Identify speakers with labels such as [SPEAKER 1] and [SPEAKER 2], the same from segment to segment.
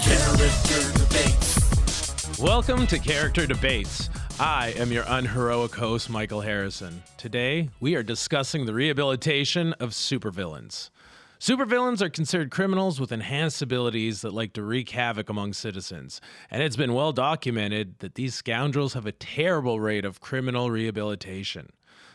[SPEAKER 1] Character debates.
[SPEAKER 2] Welcome to Character Debates. I am your unheroic host, Michael Harrison. Today, we are discussing the rehabilitation of supervillains. Supervillains are considered criminals with enhanced abilities that like to wreak havoc among citizens. And it's been well documented that these scoundrels have a terrible rate of criminal rehabilitation.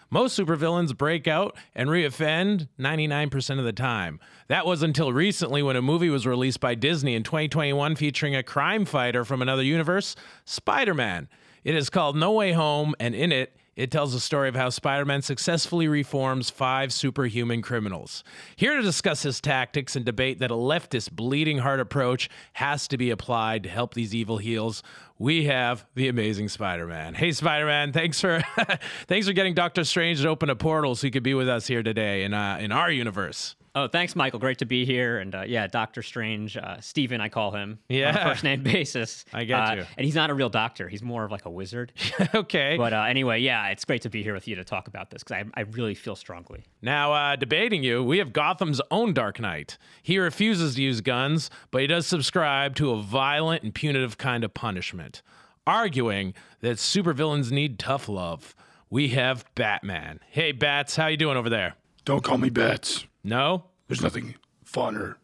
[SPEAKER 2] Most supervillains break out and reoffend 99% of the time. That was until recently when a movie was released by Disney in 2021 featuring a crime fighter from another universe, Spider Man. It is called No Way Home, and in it, it tells the story of how Spider Man successfully reforms five superhuman criminals. Here to discuss his tactics and debate that a leftist, bleeding heart approach has to be applied to help these evil heels, we have the amazing Spider Man. Hey, Spider Man, thanks for thanks for getting Doctor Strange to open a portal so he could be with us here today in, uh, in our universe.
[SPEAKER 3] Oh, thanks, Michael. Great to be here. And uh, yeah, Doctor Strange, uh, Steven, I call him on
[SPEAKER 2] Yeah.
[SPEAKER 3] a first name basis.
[SPEAKER 2] I get
[SPEAKER 3] Uh,
[SPEAKER 2] you.
[SPEAKER 3] And he's not a real doctor; he's more of like a wizard.
[SPEAKER 2] okay.
[SPEAKER 3] but uh, anyway, yeah, it's great to be here with you to talk about this because I, I really feel strongly.
[SPEAKER 2] Now, uh, debating you, we have Gotham's own Dark Knight. He refuses to use guns, but he does subscribe to a violent and punitive kind of punishment, arguing that supervillains need tough love. We have Batman. Hey, Bats, how you doing over there?
[SPEAKER 4] Don't call me Bats.
[SPEAKER 2] No?
[SPEAKER 4] There's nothing fun or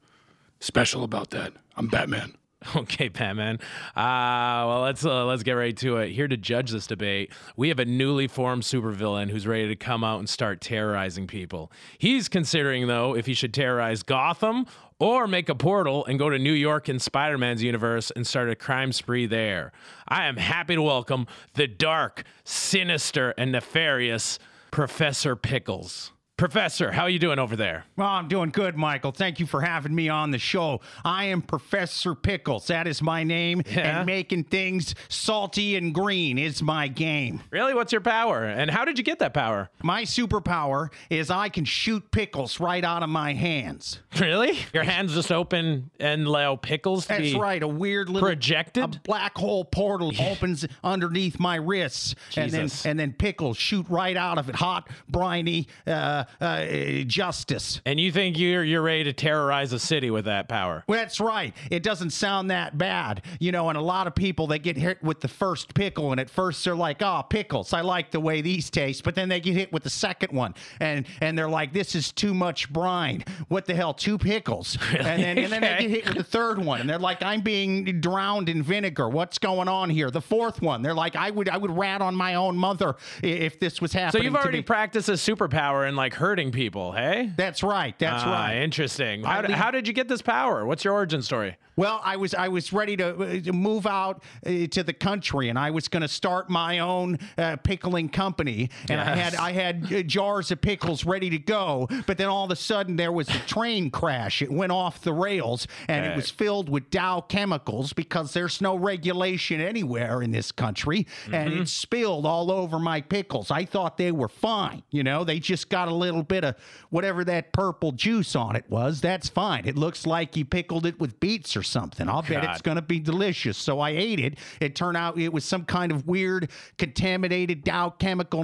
[SPEAKER 4] special about that. I'm Batman.
[SPEAKER 2] Okay, Batman. Uh, well, let's uh, let's get right to it. Here to judge this debate, we have a newly formed supervillain who's ready to come out and start terrorizing people. He's considering though if he should terrorize Gotham or make a portal and go to New York in Spider-Man's universe and start a crime spree there. I am happy to welcome the dark, sinister, and nefarious Professor Pickles. Professor, how are you doing over there?
[SPEAKER 5] Well, I'm doing good, Michael. Thank you for having me on the show. I am Professor Pickles. That is my name.
[SPEAKER 2] Yeah.
[SPEAKER 5] And making things salty and green is my game.
[SPEAKER 2] Really, what's your power, and how did you get that power?
[SPEAKER 5] My superpower is I can shoot pickles right out of my hands.
[SPEAKER 2] Really? Your hands just open and allow pickles to
[SPEAKER 5] That's
[SPEAKER 2] be
[SPEAKER 5] right. A weird little
[SPEAKER 2] projected?
[SPEAKER 5] a black hole portal opens underneath my wrists, and then
[SPEAKER 2] Jesus.
[SPEAKER 5] and then pickles shoot right out of it. Hot, briny uh, uh, justice.
[SPEAKER 2] and you think you're you're ready to terrorize a city with that power?
[SPEAKER 5] Well, that's right. It doesn't sound that bad, you know. And a lot of people they get hit with the first pickle, and at first they're like, "Oh, pickles! I like the way these taste." But then they get hit with the second one, and and they're like, "This is too much brine. What the hell? Two pickles?" And then and then
[SPEAKER 2] Okay.
[SPEAKER 5] they get hit with the third one, and they're like, "I'm being drowned in vinegar. What's going on here?" The fourth one, they're like, "I would I would rat on my own mother i- if this was
[SPEAKER 2] So
[SPEAKER 5] happening."
[SPEAKER 2] you've
[SPEAKER 5] to
[SPEAKER 2] already
[SPEAKER 5] me.
[SPEAKER 2] practiced a superpower in like hurting people, hey?
[SPEAKER 5] that's right. That's
[SPEAKER 2] Ah,
[SPEAKER 5] right.
[SPEAKER 2] Interesting. How, d
[SPEAKER 5] leave-
[SPEAKER 2] how did you get this power? What's your origin story?
[SPEAKER 5] Well, I was I was ready to, uh, to move out uh, to the country, and I was going to start my own uh, pickling company. And I
[SPEAKER 2] Yes.
[SPEAKER 5] had I had uh, jars of pickles ready to go, but then all of a sudden there was a train crash. It went off the rails, and
[SPEAKER 2] Okay.
[SPEAKER 5] it was filled with Dow chemicals because there's no regulation anywhere in this country, and
[SPEAKER 2] Mm-hmm.
[SPEAKER 5] it spilled all over my pickles. I thought they were fine, you know, they just got a little bit of whatever that purple juice on it was. That's fine. It looks like you pickled it with beets or something. I'll bet
[SPEAKER 2] God.
[SPEAKER 5] it's going to be delicious. So I ate it. It turned out it was some kind of weird contaminated Dow chemical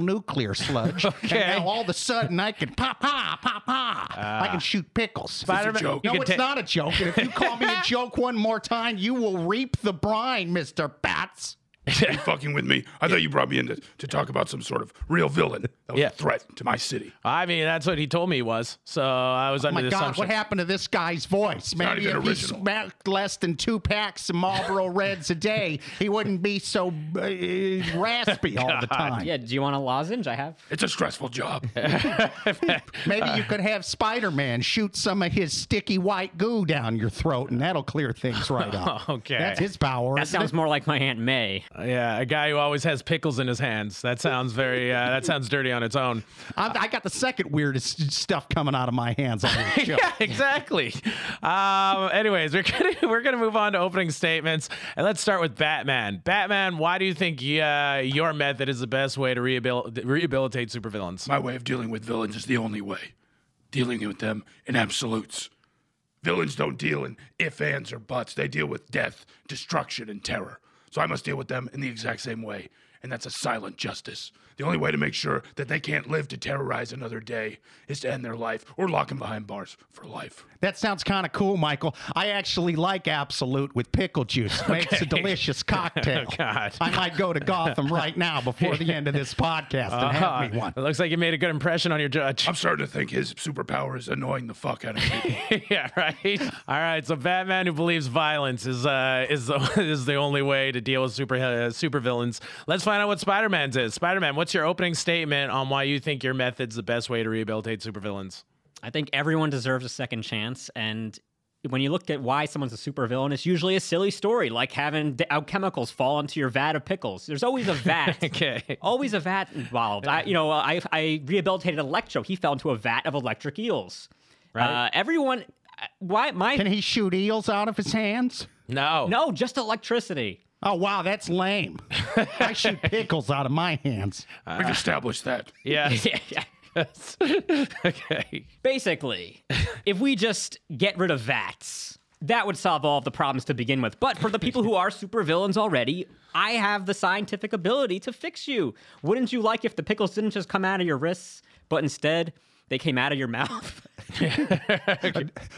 [SPEAKER 5] nuclear sludge.
[SPEAKER 2] Okay.
[SPEAKER 5] And now all of a sudden I can pop, pop, pop, pop.
[SPEAKER 2] Ah.
[SPEAKER 5] I can shoot pickles.
[SPEAKER 2] Spider-Man-
[SPEAKER 4] joke.
[SPEAKER 2] you
[SPEAKER 5] No,
[SPEAKER 2] can
[SPEAKER 5] it's
[SPEAKER 2] ta-
[SPEAKER 5] not a joke. And if you call me a joke one more time, you will reap the brine, Mr. Bats.
[SPEAKER 4] Are you fucking with me? I thought you brought me in to, to talk about some sort of real villain that was
[SPEAKER 2] Yeah.
[SPEAKER 4] a threat to my city.
[SPEAKER 2] I mean, that's what he told me he was. So I was
[SPEAKER 5] Oh
[SPEAKER 2] under
[SPEAKER 5] my
[SPEAKER 2] the
[SPEAKER 5] God,
[SPEAKER 2] assumption.
[SPEAKER 5] what happened to this guy's voice?
[SPEAKER 4] not
[SPEAKER 5] Maybe
[SPEAKER 4] even
[SPEAKER 5] if he
[SPEAKER 4] original.
[SPEAKER 5] smoked less than two packs of Marlboro Reds a day, he wouldn't be so uh, raspy all the time.
[SPEAKER 3] Yeah, do you want a lozenge? I have.
[SPEAKER 4] It's a stressful job.
[SPEAKER 5] Maybe you could have Spider Man shoot some of his sticky white goo down your throat, and that'll clear things right up.
[SPEAKER 2] Okay.
[SPEAKER 5] That's his power.
[SPEAKER 3] That
[SPEAKER 5] isn't it?
[SPEAKER 3] sounds more like my aunt May.
[SPEAKER 2] yeah, a guy who always has pickles in his hands. That sounds very. Uh, that sounds dirty on its own.
[SPEAKER 5] I'm, I got the second weirdest stuff coming out of my hands on this show.
[SPEAKER 2] yeah, exactly. Um, anyways, we're gonna we're gonna move on to opening statements, and let's start with Batman. Batman, why do you think uh, your method is the best way to rehabil- rehabilitate supervillains?
[SPEAKER 4] My way of dealing with villains is the only way. Dealing with them in absolutes. Villains don't deal in if, ands, or buts. They deal with death, destruction, and terror. So I must deal with them in the exact same way. and that's a silent justice. The only way to make sure that they can't live to terrorize another day is to end their life or lock them behind bars for life.
[SPEAKER 5] That sounds kind of cool, Michael. I actually like Absolute with pickle juice. It makes a delicious cocktail.
[SPEAKER 2] Oh, God.
[SPEAKER 5] I might go to Gotham right now before the end of this podcast and have me one.
[SPEAKER 2] It looks like you made a good impression on your judge.
[SPEAKER 4] I'm starting to think his superpower is annoying the fuck out of people.
[SPEAKER 2] yeah, right. All right. So Batman who believes violence is uh is the is the only way to deal with super uh, supervillains. Let's find out what Spider Man's is. Spider Man, what's your opening statement on why you think your method's the best way to rehabilitate supervillains?
[SPEAKER 3] I think everyone deserves a second chance. And when you look at why someone's a supervillain, it's usually a silly story, like having d- alchemicals fall into your vat of pickles. There's always a vat.
[SPEAKER 2] Okay.
[SPEAKER 3] Always a vat involved. I, you know, I, I rehabilitated Electro. He fell into a vat of electric eels.
[SPEAKER 2] Right.
[SPEAKER 3] Uh, everyone, I- why my
[SPEAKER 5] Can he shoot eels out of his hands?
[SPEAKER 2] No.
[SPEAKER 3] no, just electricity.
[SPEAKER 5] Oh, wow, that's lame. I shoot pickles out of my hands.
[SPEAKER 4] We've established that.
[SPEAKER 2] Yeah.
[SPEAKER 3] Yeah.
[SPEAKER 2] okay.
[SPEAKER 3] Basically, if we just get rid of vats, that would solve all of the problems to begin with. But for the people who are supervillains already, I have the scientific ability to fix you. Wouldn't you like if the pickles didn't just come out of your wrists, but instead they came out of your mouth?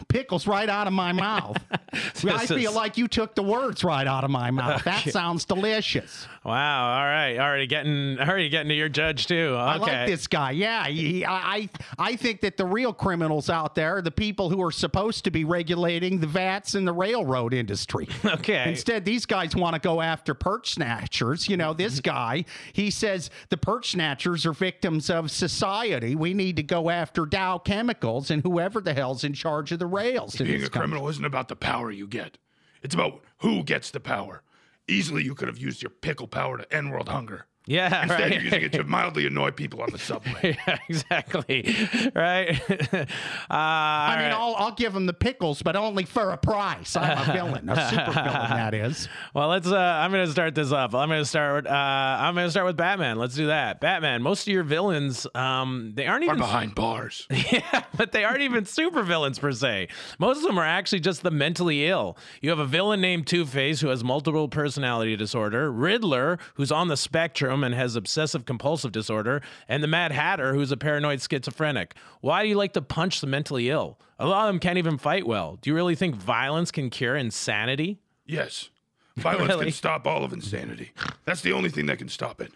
[SPEAKER 5] Pickles right out of my mouth. I
[SPEAKER 2] This
[SPEAKER 5] feel
[SPEAKER 2] is-
[SPEAKER 5] like you took the words right out of my mouth. That sounds delicious.
[SPEAKER 2] Wow. All right. Already getting already getting to your judge too. Okay.
[SPEAKER 5] I like this guy. Yeah, he, he- I, I I think that the real criminals out there, the people who are supposed to be regulating the vats and the railroad industry.
[SPEAKER 2] Okay.
[SPEAKER 5] Instead, these guys want to go after perch snatchers. You know, this
[SPEAKER 2] Mm-hmm.
[SPEAKER 5] guy, he says the perch snatchers are victims of society. We need to go after Dow Chemicals and whoever the hell's in charge of the rails. in
[SPEAKER 4] Being
[SPEAKER 5] this
[SPEAKER 4] a
[SPEAKER 5] country.
[SPEAKER 4] criminal isn't about the power you get, it's about who gets the power. Easily, you could have used your pickle power to end world hunger.
[SPEAKER 2] yeah.
[SPEAKER 4] Instead,
[SPEAKER 2] right.
[SPEAKER 4] you're using it to mildly annoy people on the subway.
[SPEAKER 2] yeah, exactly. Right. uh,
[SPEAKER 5] I mean, I'll, I'll give them the pickles, but only for a price. I'm a villain, a super villain, that is.
[SPEAKER 2] Well, let's. Uh, I'm gonna start this up. I'm gonna start. Uh, I'm gonna start with Batman. Let's do that. Batman. Most of your villains, um, they aren't
[SPEAKER 4] Or
[SPEAKER 2] even,
[SPEAKER 4] behind bars.
[SPEAKER 2] yeah, but they aren't even super villains per se. Most of them are actually just the mentally ill. You have a villain named Two Face who has multiple personality disorder, Riddler who's on the spectrum and has obsessive compulsive disorder, and the Mad Hatter who's a paranoid schizophrenic. Why do you like to punch the mentally ill? A lot of them can't even fight well. Do you really think violence can cure insanity?
[SPEAKER 4] Yes. Violence
[SPEAKER 2] Really?
[SPEAKER 4] can stop all of insanity. That's the only thing that can stop it.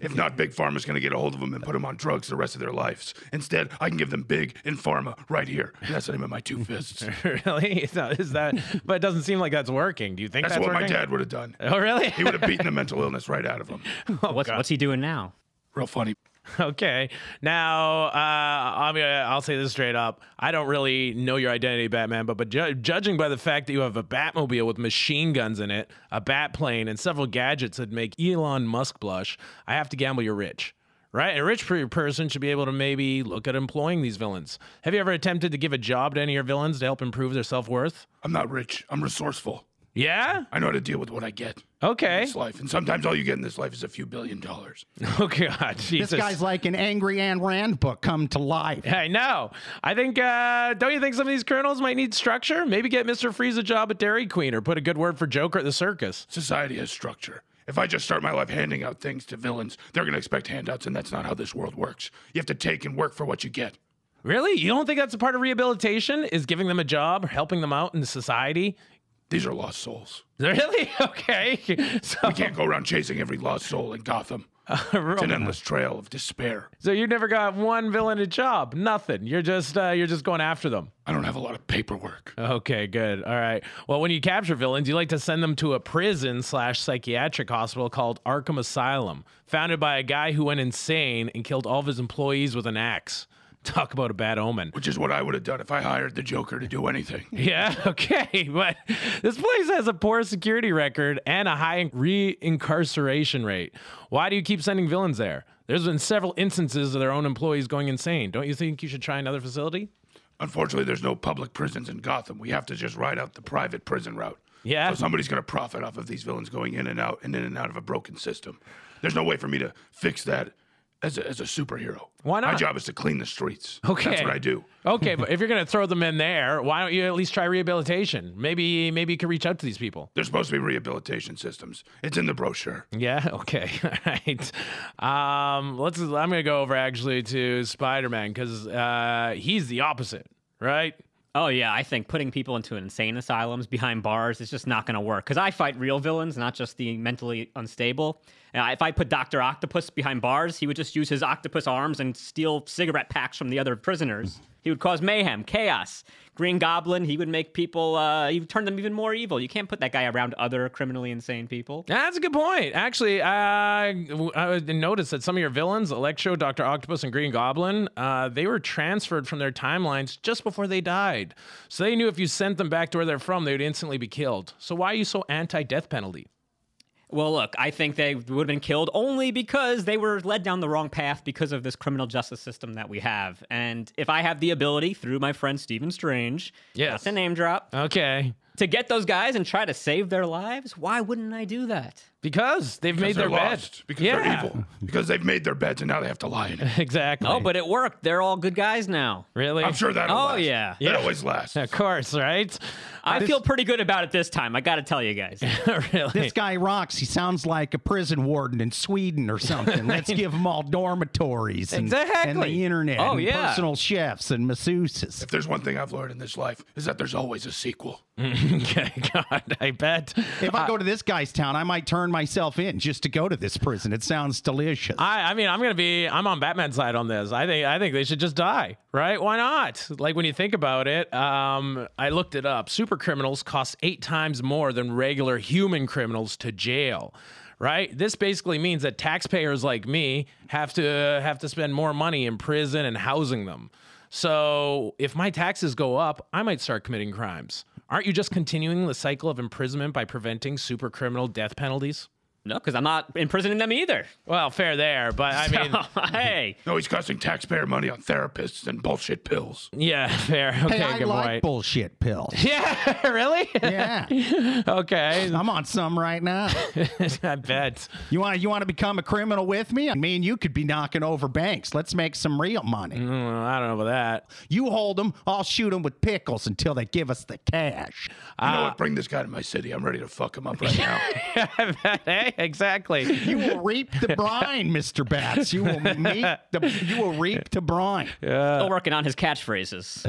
[SPEAKER 4] If not, Big Pharma's going to get a hold of them and put them on drugs the rest of their lives. Instead, I can give them Big and Pharma right here. That's the name of my two fists.
[SPEAKER 2] really? Is that, is that? But it doesn't seem like that's working. Do you think
[SPEAKER 4] That's
[SPEAKER 2] that's,
[SPEAKER 4] what my
[SPEAKER 2] working?
[SPEAKER 4] dad would have done.
[SPEAKER 2] Oh, really?
[SPEAKER 4] He would have beaten the mental illness right out of them.
[SPEAKER 2] Oh,
[SPEAKER 3] what's, what's he doing now?
[SPEAKER 4] Real funny.
[SPEAKER 2] okay. Now, uh, I'm gonna, I'll say this straight up. I don't really know your identity, Batman, but but ju- judging by the fact that you have a Batmobile with machine guns in it, a bat plane, and several gadgets that make Elon Musk blush, I have to gamble you're rich. Right? A rich per- person should be able to maybe look at employing these villains. Have you ever attempted to give a job to any of your villains to help improve their self worth?
[SPEAKER 4] I'm not rich. I'm resourceful.
[SPEAKER 2] Yeah?
[SPEAKER 4] I know how to deal with what I get in
[SPEAKER 2] Okay.
[SPEAKER 4] this life. And sometimes all you get in this life is a few billion dollars.
[SPEAKER 2] Oh, God. Jesus.
[SPEAKER 5] This guy's like an angry Anne Rand book come to life.
[SPEAKER 2] I know. I think. Uh, don't you think some of these colonels might need structure? Maybe get Mister Freeze a job at Dairy Queen, or put a good word for Joker at the circus.
[SPEAKER 4] Society has structure. If I just start my life handing out things to villains, they're going to expect handouts, and that's not how this world works. You have to take and work for what you get.
[SPEAKER 2] Really? You don't think that's a part of rehabilitation? Is giving them a job, helping them out in society?
[SPEAKER 4] These are lost souls.
[SPEAKER 2] Really? Okay. So,
[SPEAKER 4] We can't go around chasing every lost soul in Gotham. It's an endless trail of despair.
[SPEAKER 2] so you never got one villain a job? Nothing. You're just uh, you're just going after them.
[SPEAKER 4] I don't have a lot of paperwork.
[SPEAKER 2] Okay, good. All right. Well, when you capture villains, you like to send them to a prison slash psychiatric hospital called Arkham Asylum, founded by a guy who went insane and killed all of his employees with an axe. Talk about a bad omen.
[SPEAKER 4] Which is what I would have done if I hired the Joker to do anything.
[SPEAKER 2] Yeah, okay. But this place has a poor security record and a high reincarceration rate. Why do you keep sending villains there? There's been several instances of their own employees going insane. Don't you think you should try another facility?
[SPEAKER 4] Unfortunately, there's no public prisons in Gotham. We have to just ride out the private prison route.
[SPEAKER 2] Yeah.
[SPEAKER 4] So somebody's going to profit off of these villains going in and out and in and out of a broken system. There's no way for me to fix that as a, as a superhero.
[SPEAKER 2] Why not?
[SPEAKER 4] My job is to clean the streets.
[SPEAKER 2] Okay.
[SPEAKER 4] That's what I do.
[SPEAKER 2] Okay, but if you're gonna throw them in there, why don't you at least try rehabilitation? Maybe maybe you can reach out to these people.
[SPEAKER 4] There's supposed to be rehabilitation systems. It's in the brochure.
[SPEAKER 2] Yeah. Okay. All right. Um, let's. I'm gonna go over actually to Spider-Man because uh, he's the opposite, right?
[SPEAKER 3] Oh yeah, I think putting people into insane asylums behind bars is just not going to work. Because I fight real villains, not just the mentally unstable. And I- if I put Doctor Octopus behind bars, he would just use his octopus arms and steal cigarette packs from the other prisoners. He would cause mayhem, chaos. Green Goblin, he would make people. Uh, he would turn them even more evil. You can't put that guy around other criminally insane people.
[SPEAKER 2] Yeah, That's a good point. Actually, I, I noticed that some of your villains, Electro, Doctor Octopus, and Green Goblin, uh, they were transferred from their timelines just before they died, so they knew if you sent them back to where they're from, they would instantly be killed. So why are you so anti-death penalty?
[SPEAKER 3] Well, look, I think they would have been killed only because they were led down the wrong path because of this criminal justice system that we have. And if I have the ability through my friend Stephen Strange,
[SPEAKER 2] Yes.
[SPEAKER 3] that's a name drop,
[SPEAKER 2] Okay,
[SPEAKER 3] to get those guys and try to save their lives, why wouldn't I do that?
[SPEAKER 2] because they've made
[SPEAKER 4] they're
[SPEAKER 2] their bed.
[SPEAKER 4] lost. Because they're
[SPEAKER 2] Yeah.
[SPEAKER 4] evil. Because they've made their beds and now they have to lie in it.
[SPEAKER 2] Exactly.
[SPEAKER 3] Oh, but it worked. They're all good guys now.
[SPEAKER 2] really?
[SPEAKER 4] I'm sure that'll
[SPEAKER 3] Oh,
[SPEAKER 4] last.
[SPEAKER 3] yeah.
[SPEAKER 4] That
[SPEAKER 2] Yeah.
[SPEAKER 4] always lasts.
[SPEAKER 2] Of course, right?
[SPEAKER 3] I feel pretty good about it this time. I got to tell you guys.
[SPEAKER 2] really.
[SPEAKER 5] This guy rocks. He sounds like a prison warden in Sweden or something. Let's give him all dormitories and, and
[SPEAKER 2] Exactly.
[SPEAKER 5] the internet
[SPEAKER 3] Oh,
[SPEAKER 5] and
[SPEAKER 3] yeah.
[SPEAKER 5] personal chefs and masseuses.
[SPEAKER 4] If there's one thing I've learned in this life is that there's always a sequel.
[SPEAKER 2] Okay, God, I bet.
[SPEAKER 5] If I go to this guy's town, I might turn myself in just to go to this prison. It sounds delicious.
[SPEAKER 2] I, I mean, I'm gonna be. I'm on Batman's side on this. I think. I think they should just die. Right? Why not? Like when you think about it, um, I looked it up. Super criminals cost eight times more than regular human criminals to jail. Right? This basically means that taxpayers like me have to have to spend more money in prison and housing them. So if my taxes go up, I might start committing crimes. Aren't you just continuing the cycle of imprisonment by preventing super criminal death penalties?
[SPEAKER 3] no, because I'm not imprisoning them either.
[SPEAKER 2] Well, fair there, but I mean,
[SPEAKER 3] hey,
[SPEAKER 4] No, he's costing taxpayer money on therapists and bullshit pills.
[SPEAKER 2] Yeah, fair. Okay,
[SPEAKER 5] hey, I
[SPEAKER 2] good
[SPEAKER 5] like
[SPEAKER 2] point.
[SPEAKER 5] bullshit pills.
[SPEAKER 2] yeah, really?
[SPEAKER 5] yeah,
[SPEAKER 2] okay,
[SPEAKER 5] I'm on some right now.
[SPEAKER 2] I bet.
[SPEAKER 5] You want you want to become a criminal with me? I mean, you could be knocking over banks. Let's make some real money.
[SPEAKER 2] Mm, I don't know about that.
[SPEAKER 5] You hold them, I'll shoot them with pickles until they give us the cash.
[SPEAKER 4] You know what? Bring this guy to my city. I'm ready to fuck him up right now.
[SPEAKER 2] I bet. Hey, exactly.
[SPEAKER 5] You will reap the brine, Mister Bats. You will meet the. You will reap the brine.
[SPEAKER 2] Uh,
[SPEAKER 3] still working on his catchphrases.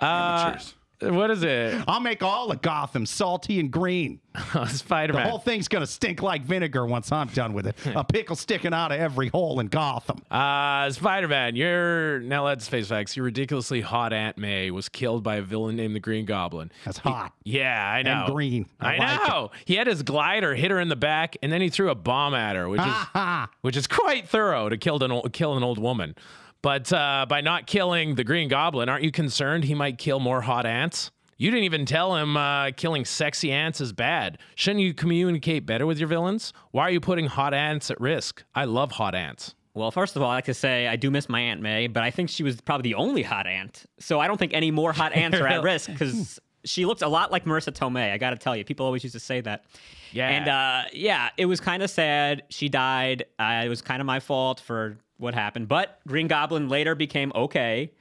[SPEAKER 4] Amateurs.
[SPEAKER 2] What is it? Oh,
[SPEAKER 5] I'll make all of Gotham salty and green.
[SPEAKER 2] Spider
[SPEAKER 5] The whole
[SPEAKER 2] Man.
[SPEAKER 5] thing's gonna stink like vinegar once I'm done with it. A pickle sticking out of every hole in Gotham.
[SPEAKER 2] Uh, Spider Man, you're. Now let's face facts. Your ridiculously hot Aunt May was killed by a villain named the Green Goblin.
[SPEAKER 5] That's hot.
[SPEAKER 2] Yeah, I know.
[SPEAKER 5] And green.
[SPEAKER 2] I,
[SPEAKER 5] I like it.
[SPEAKER 2] know. He had his glider hit her in the back, and then he threw a bomb at her, which is
[SPEAKER 5] Ha!
[SPEAKER 2] which is quite thorough to kill an old, kill an old woman. But uh, by not killing the Green Goblin, aren't you concerned he might kill more hot ants? You didn't even tell him uh, killing sexy ants is bad. Shouldn't you communicate better with your villains? Why are you putting hot ants at risk? I love hot ants.
[SPEAKER 3] Well, first of all, I like to say I do miss my Aunt May, but I think she was probably the only hot aunt. So I don't think any more hot ants are at risk because she looked a lot like Marissa Tomei. I got to tell you, people always used to say that.
[SPEAKER 2] Yeah.
[SPEAKER 3] And uh, yeah, it was kind of sad. She died. Uh, it was kind of my fault for what happened. But Green Goblin later became okay.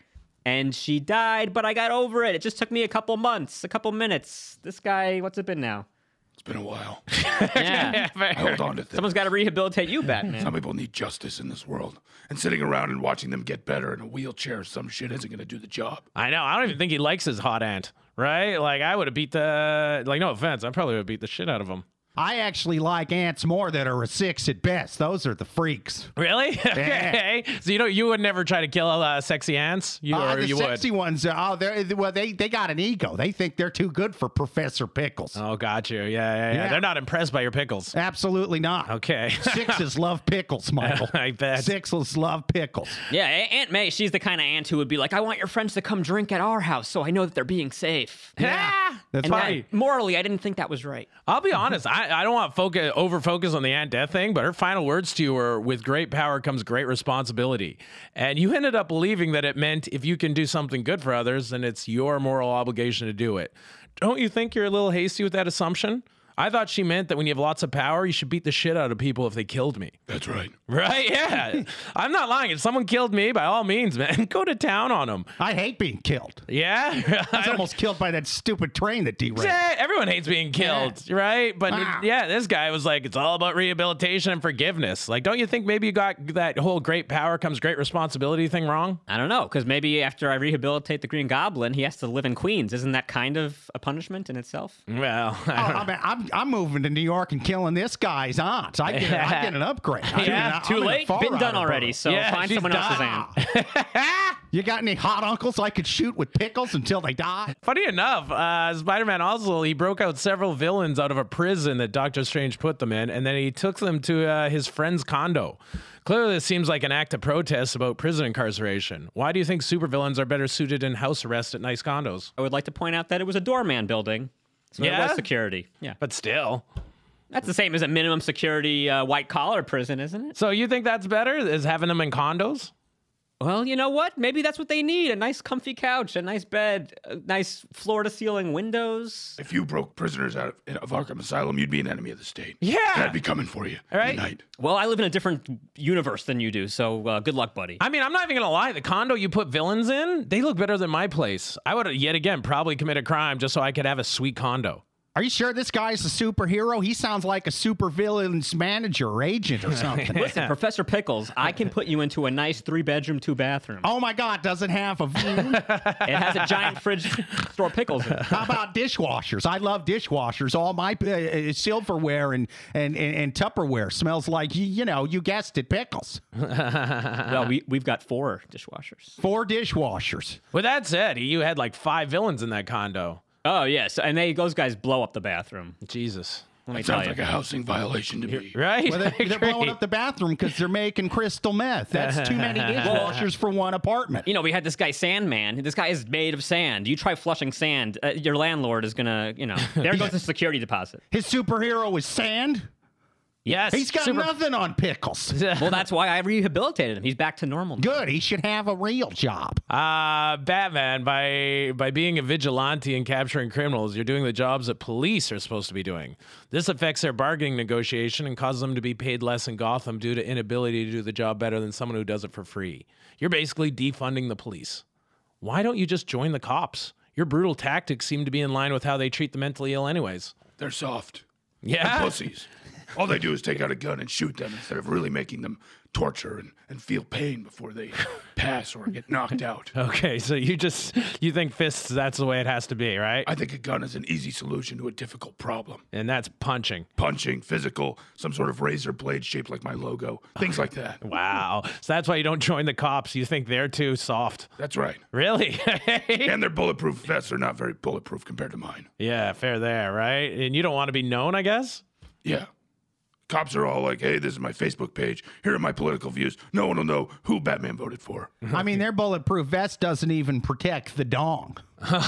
[SPEAKER 3] And she died, but I got over it. It just took me a couple months, a couple minutes. This guy, what's it been now?
[SPEAKER 4] It's been a while.
[SPEAKER 3] Yeah.
[SPEAKER 4] I hold on to things.
[SPEAKER 3] Someone's got to rehabilitate you, Batman.
[SPEAKER 4] Some people need justice in this world, and sitting around and watching them get better in a wheelchair or some shit isn't gonna do the job.
[SPEAKER 2] I know. I don't even think he likes his hot ant, right? Like I would have beat the like. No offense, I probably would have beat the shit out of him.
[SPEAKER 5] I actually like ants more that are a six at best. Those are the freaks.
[SPEAKER 2] Really? okay. So you know you would never try to kill uh, sexy ants. You
[SPEAKER 5] Ah,
[SPEAKER 2] or
[SPEAKER 5] the
[SPEAKER 2] you would.
[SPEAKER 5] sexy ones. uh, Oh, they're well. They they got an ego. They think they're too good for Professor Pickles.
[SPEAKER 2] Oh, got you. Yeah, yeah, yeah.
[SPEAKER 5] Yeah.
[SPEAKER 2] They're not impressed by your pickles.
[SPEAKER 5] Absolutely not.
[SPEAKER 2] Okay.
[SPEAKER 5] Sixes love pickles, Michael.
[SPEAKER 2] I bet.
[SPEAKER 5] Sixes love pickles.
[SPEAKER 3] Yeah, A- Aunt May, she's the kind of aunt who would be like, I want your friends to come drink at our house so I know that they're being safe.
[SPEAKER 2] Ah!
[SPEAKER 5] That's
[SPEAKER 3] And
[SPEAKER 5] right.
[SPEAKER 3] that- morally, I didn't think that was right.
[SPEAKER 2] I'll be honest. I, I don't want to focus over focus on the Aunt Death thing, but her final words to you were, "With great power comes great responsibility," and you ended up believing that it meant if you can do something good for others, then it's your moral obligation to do it. Don't you think you're a little hasty with that assumption? I thought she meant that when you have lots of power, you should beat the shit out of people if they killed me.
[SPEAKER 4] That's right.
[SPEAKER 2] Right? Yeah. I'm not lying. If someone killed me, by all means, man, go to town on them.
[SPEAKER 5] I hate being killed.
[SPEAKER 2] Yeah.
[SPEAKER 5] I was almost killed by that stupid train that derailed.
[SPEAKER 2] Yeah, everyone hates being killed, right? But
[SPEAKER 5] Wow.
[SPEAKER 2] yeah, this guy was like, it's all about rehabilitation and forgiveness. Like, don't you think maybe you got that whole great power comes great responsibility thing wrong?
[SPEAKER 3] I don't know, because maybe after I rehabilitate the Green Goblin, he has to live in Queens. Isn't that kind of a punishment in itself?
[SPEAKER 2] Well,
[SPEAKER 5] Oh,
[SPEAKER 2] I
[SPEAKER 5] I mean, I'm, I'm moving to New York and killing this guy's aunt. I get, I get an upgrade.
[SPEAKER 2] Yeah,
[SPEAKER 5] I mean, I-
[SPEAKER 2] too
[SPEAKER 5] I'm in
[SPEAKER 2] late.
[SPEAKER 5] Fall
[SPEAKER 3] Been done
[SPEAKER 5] Rider
[SPEAKER 3] already,
[SPEAKER 5] Borough.
[SPEAKER 3] so
[SPEAKER 2] Yeah,
[SPEAKER 3] find
[SPEAKER 2] she's
[SPEAKER 3] someone else's
[SPEAKER 5] done.
[SPEAKER 3] aunt.
[SPEAKER 5] You got any hot uncles I could shoot with pickles until they die?
[SPEAKER 2] funny enough, uh, Spider-Man also he broke out several villains out of a prison that Doctor Strange put them in, and then he took them to uh, his friend's condo. Clearly, this seems like an act of protest about prison incarceration. Why do you think supervillains are better suited in house arrest at nice condos?
[SPEAKER 3] I would like to point out that it was a doorman building. So it
[SPEAKER 2] Yeah?
[SPEAKER 3] was security. Yeah.
[SPEAKER 2] But still.
[SPEAKER 3] That's the same as a minimum security uh, white collar prison, isn't it?
[SPEAKER 2] So you think that's better is having them in condos?
[SPEAKER 3] Well, you know what? Maybe that's what they need a nice, comfy couch, a nice bed, a nice floor to ceiling windows.
[SPEAKER 4] If you broke prisoners out of, of Arkham Asylum, you'd be an enemy of the state.
[SPEAKER 2] Yeah.
[SPEAKER 4] And I'd be coming for you.
[SPEAKER 2] All right.
[SPEAKER 4] Tonight.
[SPEAKER 3] Well, I live in a different universe than you do, so uh, good luck, buddy.
[SPEAKER 2] I mean, I'm not even gonna lie. The condo you put villains in, they look better than my place. I would yet again probably commit a crime just so I could have a sweet condo.
[SPEAKER 5] Are you sure this guy's a superhero? He sounds like a supervillain's manager or agent or something.
[SPEAKER 3] Listen, Professor Pickles, I can put you into a nice three bedroom, two bathroom.
[SPEAKER 5] oh my God, doesn't have a view.
[SPEAKER 3] It has a giant fridge to store pickles in.
[SPEAKER 5] How about dishwashers? I love dishwashers. All my uh, uh, silverware and, and, and, and Tupperware smells like, you, you know, you guessed it, pickles.
[SPEAKER 3] Well, we, we've got four dishwashers.
[SPEAKER 5] Four dishwashers.
[SPEAKER 2] With that said, you had like five villains in that condo.
[SPEAKER 3] Oh, yes. And they, those guys blow up the bathroom.
[SPEAKER 2] Jesus.
[SPEAKER 3] Let me
[SPEAKER 4] That
[SPEAKER 3] tell
[SPEAKER 4] sounds
[SPEAKER 3] you.
[SPEAKER 4] like a housing violation to me.
[SPEAKER 2] Right?
[SPEAKER 5] Well, they're, they're blowing up the bathroom because they're making crystal meth. That's too many dishwashers for one apartment.
[SPEAKER 3] you know, we had this guy Sandman. This guy is made of sand. You try flushing sand, uh, your landlord is gonna, you know, there goes the security deposit.
[SPEAKER 5] His superhero is sand.
[SPEAKER 2] yes.
[SPEAKER 5] He's got
[SPEAKER 2] super-
[SPEAKER 5] nothing on pickles.
[SPEAKER 3] Well, that's why I rehabilitated him. He's back to normal. now.
[SPEAKER 5] Good. He should have a real job.
[SPEAKER 2] Uh, Batman, by by being a vigilante and capturing criminals, you're doing the jobs that police are supposed to be doing. This affects their bargaining negotiation and causes them to be paid less in Gotham due to inability to do the job better than someone who does it for free. You're basically defunding the police. Why don't you just join the cops? Your brutal tactics seem to be in line with how they treat the mentally ill, anyways.
[SPEAKER 4] They're soft.
[SPEAKER 2] Yeah.
[SPEAKER 4] Pussies. All they do is take out a gun and shoot them instead of really making them torture and, and feel pain before they pass or get knocked out.
[SPEAKER 2] Okay, so you just you think fists? That's the way it has to be, right?
[SPEAKER 4] I think a gun is an easy solution to a difficult problem.
[SPEAKER 2] And that's punching.
[SPEAKER 4] Punching, physical, some sort of razor blade shaped like my logo, things like that.
[SPEAKER 2] Wow. So that's why you don't join the cops. You think they're too soft.
[SPEAKER 4] That's right.
[SPEAKER 2] Really?
[SPEAKER 4] And their bulletproof vests are not very bulletproof compared to mine.
[SPEAKER 2] yeah, fair there, right? And you don't want to be known, I guess?
[SPEAKER 4] Yeah. Cops are all like, hey, this is my Facebook page. Here are my political views. No one will know who Batman voted for.
[SPEAKER 5] I mean, their bulletproof vest doesn't even protect the dong.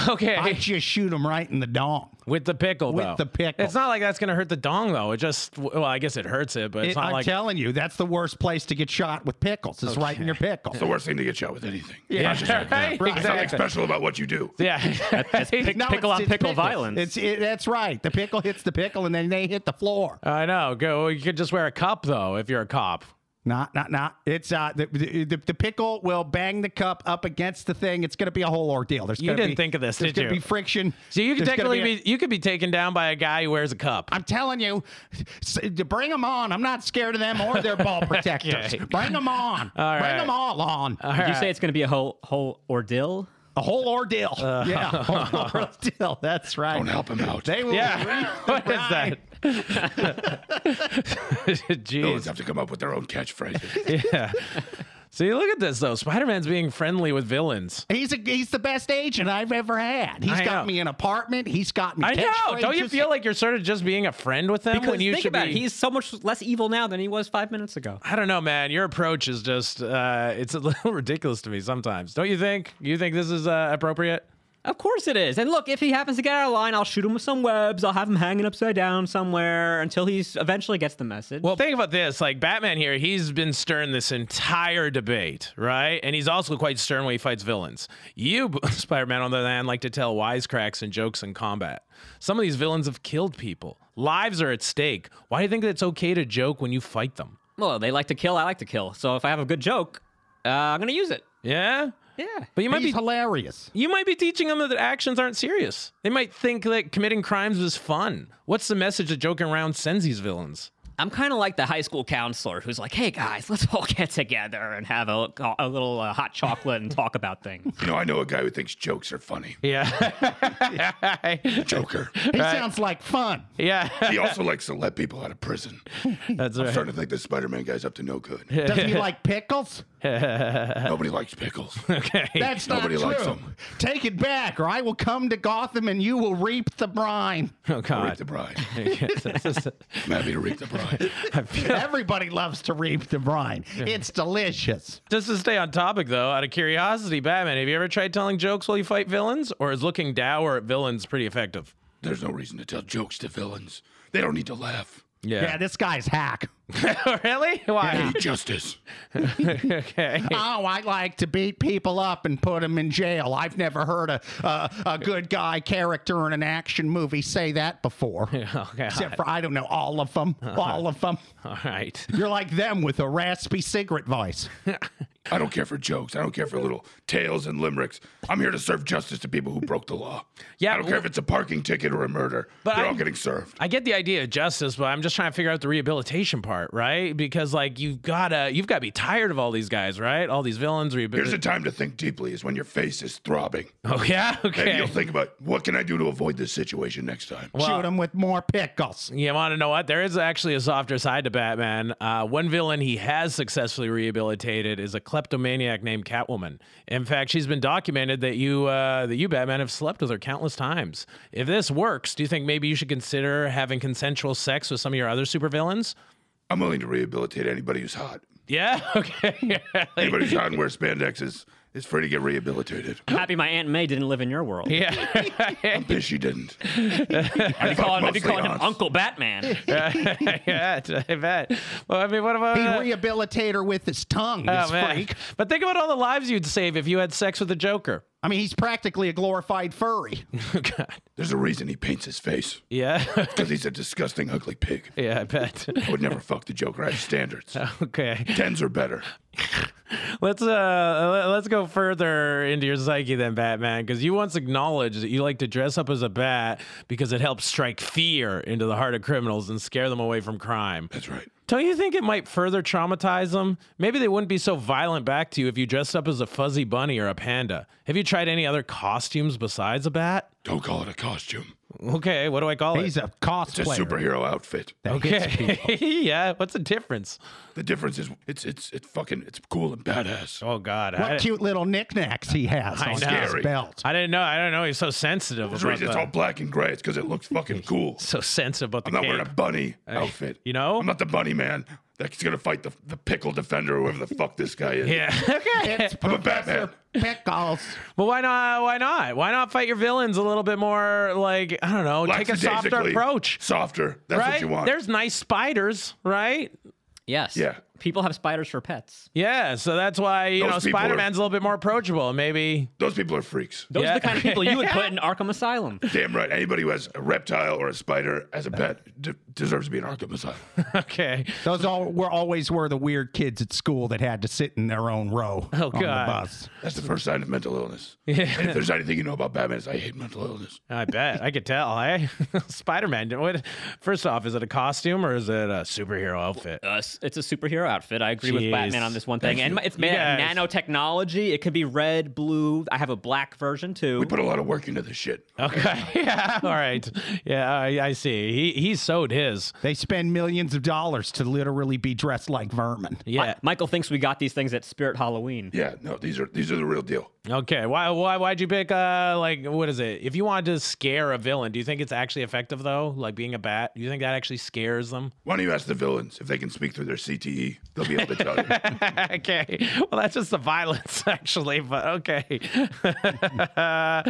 [SPEAKER 2] okay.
[SPEAKER 5] I just shoot him right in the dong.
[SPEAKER 2] with the pickle,
[SPEAKER 5] With
[SPEAKER 2] though.
[SPEAKER 5] the pickle.
[SPEAKER 2] It's not like that's going to hurt the dong, though. It just, well, I guess it hurts it, but it's
[SPEAKER 5] It-
[SPEAKER 2] not
[SPEAKER 5] I'm
[SPEAKER 2] like.
[SPEAKER 5] telling you, that's the worst place to get shot with pickles. It's right in your pickles.
[SPEAKER 4] It's the worst thing to get shot with anything.
[SPEAKER 2] yeah,
[SPEAKER 4] Not just like that.
[SPEAKER 2] right?
[SPEAKER 5] Right.
[SPEAKER 4] There's nothing
[SPEAKER 2] Exactly.
[SPEAKER 4] special about what you do.
[SPEAKER 2] Yeah.
[SPEAKER 3] Pick-
[SPEAKER 5] No,
[SPEAKER 3] pickle
[SPEAKER 5] it's-
[SPEAKER 3] on pickle
[SPEAKER 5] it's pickles.
[SPEAKER 3] violence.
[SPEAKER 5] It's it, that's right. The pickle hits the pickle, and then they hit the floor.
[SPEAKER 2] I know. Go. You could just wear a cup, though, if you're a cop.
[SPEAKER 5] Not, not, not. It's uh, the, the the- the pickle will bang the cup up against the thing. It's going to be a whole ordeal. There's
[SPEAKER 2] You
[SPEAKER 5] gonna
[SPEAKER 2] didn't
[SPEAKER 5] be-
[SPEAKER 2] think of this,
[SPEAKER 5] there's
[SPEAKER 2] did
[SPEAKER 5] gonna
[SPEAKER 2] you?
[SPEAKER 5] Be friction.
[SPEAKER 2] So you could
[SPEAKER 5] There's gonna
[SPEAKER 2] technically
[SPEAKER 5] a-
[SPEAKER 2] be, you could be taken down by a guy who wears a cup.
[SPEAKER 5] I'm telling you, s- to bring them on. I'm not scared of them or their ball protectors.
[SPEAKER 2] Okay.
[SPEAKER 5] Bring them on.
[SPEAKER 2] All
[SPEAKER 5] Bring
[SPEAKER 2] right. Uh,
[SPEAKER 5] them all on.
[SPEAKER 3] Did you say it's gonna be a whole whole ordeal?
[SPEAKER 5] a whole ordeal.
[SPEAKER 2] uh,
[SPEAKER 5] yeah, a whole ordeal. That's right.
[SPEAKER 4] Don't help him out.
[SPEAKER 5] They will.
[SPEAKER 2] yeah. what is that? Jeez.
[SPEAKER 4] Villains have to come up with their own catchphrases.
[SPEAKER 2] Yeah. See, look at this though. Spider Man's being friendly with villains.
[SPEAKER 5] He's a, he's the best agent I've ever had. He's
[SPEAKER 2] I
[SPEAKER 5] got
[SPEAKER 2] know.
[SPEAKER 5] me an apartment. He's got me.
[SPEAKER 2] I know. Don't you
[SPEAKER 5] catchphrases.
[SPEAKER 2] feel like you're sort of just being a friend with them when you
[SPEAKER 3] think
[SPEAKER 2] should
[SPEAKER 3] about
[SPEAKER 2] be?
[SPEAKER 3] it, he's so much less evil now than he was five minutes ago.
[SPEAKER 2] I don't know, man. Your approach is just—it's a little ridiculous to me sometimes. Don't you think? You think this is uh, appropriate?
[SPEAKER 3] Of course it is. And look, if he happens to get out of line, I'll shoot him with some webs. I'll have him hanging upside down somewhere until he eventually gets the message.
[SPEAKER 2] Well, think about this. Like Batman here, he's been stern this entire debate, right? And he's also quite stern when he fights villains. You, Spider Man, on the other hand, like to tell wisecracks and jokes in combat. Some of these villains have killed people. Lives are at stake. Why do you think it's okay to joke when you fight them?
[SPEAKER 3] Well, they like to kill. I like to kill. So if I have a good joke, uh, I'm gonna use it.
[SPEAKER 2] Yeah?
[SPEAKER 3] Yeah.
[SPEAKER 2] But you might
[SPEAKER 5] He's
[SPEAKER 2] be
[SPEAKER 5] hilarious.
[SPEAKER 2] you might be teaching them that actions aren't serious. They might think that committing crimes is fun. What's the message that joking around sends these villains?
[SPEAKER 3] I'm kind of like the high school counselor who's like, "Hey guys, let's all get together and have a, a little uh, hot chocolate and talk about things."
[SPEAKER 4] You know, I know a guy who thinks jokes are funny.
[SPEAKER 2] Yeah.
[SPEAKER 4] Joker.
[SPEAKER 5] He sounds like fun.
[SPEAKER 2] yeah.
[SPEAKER 4] He also likes to let people out of prison.
[SPEAKER 2] That's
[SPEAKER 4] I'm
[SPEAKER 2] right.
[SPEAKER 4] starting to think this Spider-Man guy's up to no good.
[SPEAKER 5] Does he like pickles?
[SPEAKER 4] Nobody likes pickles.
[SPEAKER 5] That's not
[SPEAKER 4] Nobody
[SPEAKER 5] true.
[SPEAKER 4] likes him.
[SPEAKER 5] Take it back, or I will come to Gotham and you will reap the brine.
[SPEAKER 2] Oh
[SPEAKER 4] Reap
[SPEAKER 2] god.
[SPEAKER 4] the bride. I'm happy to reap the bride.
[SPEAKER 5] Everybody loves to reap the brine. It's delicious.
[SPEAKER 2] Just to stay on topic, though, out of curiosity, Batman, have you ever tried telling jokes while you fight villains, or is looking dour at villains pretty effective?
[SPEAKER 4] There's no reason to tell jokes to villains. They don't need to laugh.
[SPEAKER 5] Yeah, this guy's hack.
[SPEAKER 2] really? Why?
[SPEAKER 4] They need justice.
[SPEAKER 2] Okay.
[SPEAKER 5] Oh, I like to beat people up and put them in jail. I've never heard a a, a good guy character in an action movie say that before.
[SPEAKER 2] Okay.
[SPEAKER 5] Except for I don't know all of them.
[SPEAKER 2] Uh-huh.
[SPEAKER 5] All of them.
[SPEAKER 2] All right.
[SPEAKER 5] You're like them with a raspy cigarette voice.
[SPEAKER 4] I don't care for jokes. I don't care for little tales and limericks. I'm here to serve justice to people who broke the law.
[SPEAKER 2] Yeah,
[SPEAKER 4] I don't
[SPEAKER 2] but
[SPEAKER 4] care
[SPEAKER 2] wh-
[SPEAKER 4] if it's a parking ticket or a murder.
[SPEAKER 2] But
[SPEAKER 4] They're
[SPEAKER 2] I-
[SPEAKER 4] all getting served.
[SPEAKER 2] I get the idea of justice, but I'm just trying to figure out the rehabilitation part, right? Because like you've gotta you've gotta be tired of all these guys, right? All these villains. Rehabil-
[SPEAKER 4] Here's a time to think deeply is when your face is throbbing.
[SPEAKER 2] oh yeah.
[SPEAKER 4] Maybe
[SPEAKER 2] Okay.
[SPEAKER 4] you'll think about what can I do to avoid this situation next time.
[SPEAKER 5] Shoot them with more pickles.
[SPEAKER 2] You want to know what? There is actually a softer side to Batman. Uh, one villain he has successfully rehabilitated is a kleptomaniac named Catwoman. In fact, she's been documented that you uh, that you Batman have slept with her countless times. If this works, do you think maybe you should consider having consensual sex with some of your other supervillains?
[SPEAKER 4] I'm willing to rehabilitate anybody who's hot.
[SPEAKER 2] Yeah. Okay.
[SPEAKER 4] Anybody who's hot and wears spandex is, is free to get rehabilitated.
[SPEAKER 3] Happy my aunt May didn't live in your world. Yeah,
[SPEAKER 4] I bet she didn't.
[SPEAKER 3] I'd be calling, I'd be
[SPEAKER 4] mostly
[SPEAKER 3] calling him
[SPEAKER 4] aunts.
[SPEAKER 3] Uncle Batman.
[SPEAKER 2] yeah. I bet. Well, I mean, what about?
[SPEAKER 5] He
[SPEAKER 2] uh,
[SPEAKER 5] rehabilitate her with his tongue,
[SPEAKER 2] oh,
[SPEAKER 5] this
[SPEAKER 2] man.
[SPEAKER 5] freak.
[SPEAKER 2] But think about all the lives you'd save if you had sex with the Joker.
[SPEAKER 5] I mean, he's practically a glorified furry.
[SPEAKER 2] God.
[SPEAKER 4] There's a reason he paints his face
[SPEAKER 2] Yeah.
[SPEAKER 4] because he's a disgusting, ugly pig.
[SPEAKER 2] yeah. I bet.
[SPEAKER 4] I would never fuck the Joker. I have standards.
[SPEAKER 2] Oh. Okay.
[SPEAKER 4] Tens are better.
[SPEAKER 2] Let's uh le- let's go further into your psyche then, Batman, because you once acknowledged that you like to dress up as a bat because it helps strike fear into the heart of criminals and scare them away from crime.
[SPEAKER 4] That's right.
[SPEAKER 2] Don't you think it might further traumatize them? Maybe they wouldn't be so violent back to you if you dressed up as a fuzzy bunny or a panda. Have you tried any other costumes besides a bat?
[SPEAKER 4] Don't call it a costume.
[SPEAKER 2] Okay, what do I call
[SPEAKER 5] He's
[SPEAKER 2] it?
[SPEAKER 5] a
[SPEAKER 4] It's a
[SPEAKER 5] cosplayer.
[SPEAKER 4] superhero outfit.
[SPEAKER 2] Okay, yeah. What's the difference?
[SPEAKER 4] The difference is it's it's it's fucking it's cool and badass.
[SPEAKER 2] Oh God, I,
[SPEAKER 5] What cute little knickknacks he has on
[SPEAKER 2] know.
[SPEAKER 5] his
[SPEAKER 4] Scary.
[SPEAKER 5] belt.
[SPEAKER 2] I didn't know. I don't know. He's so sensitive.
[SPEAKER 4] There's a
[SPEAKER 2] about
[SPEAKER 4] reason it's
[SPEAKER 2] the-
[SPEAKER 4] all black and gray. It's because it looks fucking cool.
[SPEAKER 2] so sensitive about the
[SPEAKER 4] I'm not
[SPEAKER 2] cape.
[SPEAKER 4] wearing a bunny outfit.
[SPEAKER 2] you know?
[SPEAKER 4] I'm not the bunny man that's gonna fight the the pickle defender, whoever the fuck this guy is.
[SPEAKER 2] Yeah. Okay.
[SPEAKER 5] It's
[SPEAKER 4] I'm a Batman.
[SPEAKER 5] Professor Pickles.
[SPEAKER 2] But why not? Why not? Why not fight your villains a little bit more? Like I don't know. Take a softer
[SPEAKER 4] Lackadaisically.
[SPEAKER 2] approach,
[SPEAKER 4] Softer. That's
[SPEAKER 2] right?
[SPEAKER 4] what you want.
[SPEAKER 2] There's nice spiders, right?
[SPEAKER 3] yes.
[SPEAKER 4] Yeah.
[SPEAKER 3] People have spiders for pets.
[SPEAKER 2] Yeah. So that's why you
[SPEAKER 4] Those
[SPEAKER 2] know
[SPEAKER 4] people are-
[SPEAKER 2] Spider Man's a little bit more approachable. and Maybe.
[SPEAKER 4] Those people are freaks.
[SPEAKER 3] Those
[SPEAKER 2] Yeah.
[SPEAKER 3] are the kind of people you would put in Arkham Asylum.
[SPEAKER 4] Damn right. Anybody who has a reptile or a spider as a pet de- deserves to be an Arkham Asylum.
[SPEAKER 2] Okay.
[SPEAKER 5] Those all were always were the weird kids at school that had to sit in their own row
[SPEAKER 2] Oh,
[SPEAKER 5] on the
[SPEAKER 2] God.
[SPEAKER 5] bus.
[SPEAKER 4] That's the first sign of mental illness. Yeah. And if there's anything you know about Batman, is I hate mental illness.
[SPEAKER 2] I bet I could tell. I Spider Man. What? First off, is it a costume or is it a superhero outfit?
[SPEAKER 3] Uh, s- it's a superhero outfit. I agree
[SPEAKER 2] Jeez.
[SPEAKER 3] with Batman on this one thing, and it's made of
[SPEAKER 2] guys-
[SPEAKER 3] nanotechnology. It could be red, blue. I have a black version too.
[SPEAKER 4] We put a lot of work into this shit.
[SPEAKER 2] Okay. Yeah. All right. Yeah. I, I see. He he sewed his.
[SPEAKER 5] They spend millions of dollars to literally be dressed like vermin.
[SPEAKER 3] Mi-
[SPEAKER 2] Yeah.
[SPEAKER 3] Michael thinks we got these things at Spirit Halloween.
[SPEAKER 4] Yeah, no, these are these are the real deal.
[SPEAKER 2] Okay. Why why why'd you pick uh like what is it? If you wanted to scare a villain, do you think it's actually effective though? Like being a bat? Do you think that actually scares them?
[SPEAKER 4] Why don't you ask the villains if they can speak through their CTE? They'll be able to tell you.
[SPEAKER 2] okay. Well, that's just the violence actually, but okay. um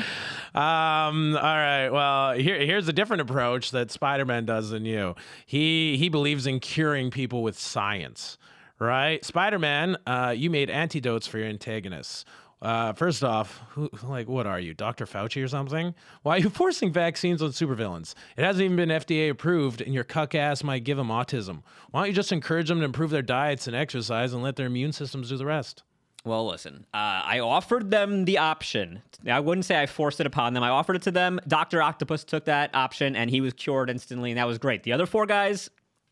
[SPEAKER 2] all right. Well, here here's a different approach that Spider-Man does than you. He he believes in curing people with science. Right? Spider Man, uh, you made antidotes for your antagonists. Uh, first off, who, like, what are you, Dr. Fauci or something? Why are you forcing vaccines on supervillains? It hasn't even been FDA approved, and your cuck ass might give them autism. Why don't you just encourage them to improve their diets and exercise and let their immune systems do the rest?
[SPEAKER 3] Well, listen, uh, I offered them the option. I wouldn't say I forced it upon them. I offered it to them. Dr. Octopus took that option and he was cured instantly, and that was great. The other four guys,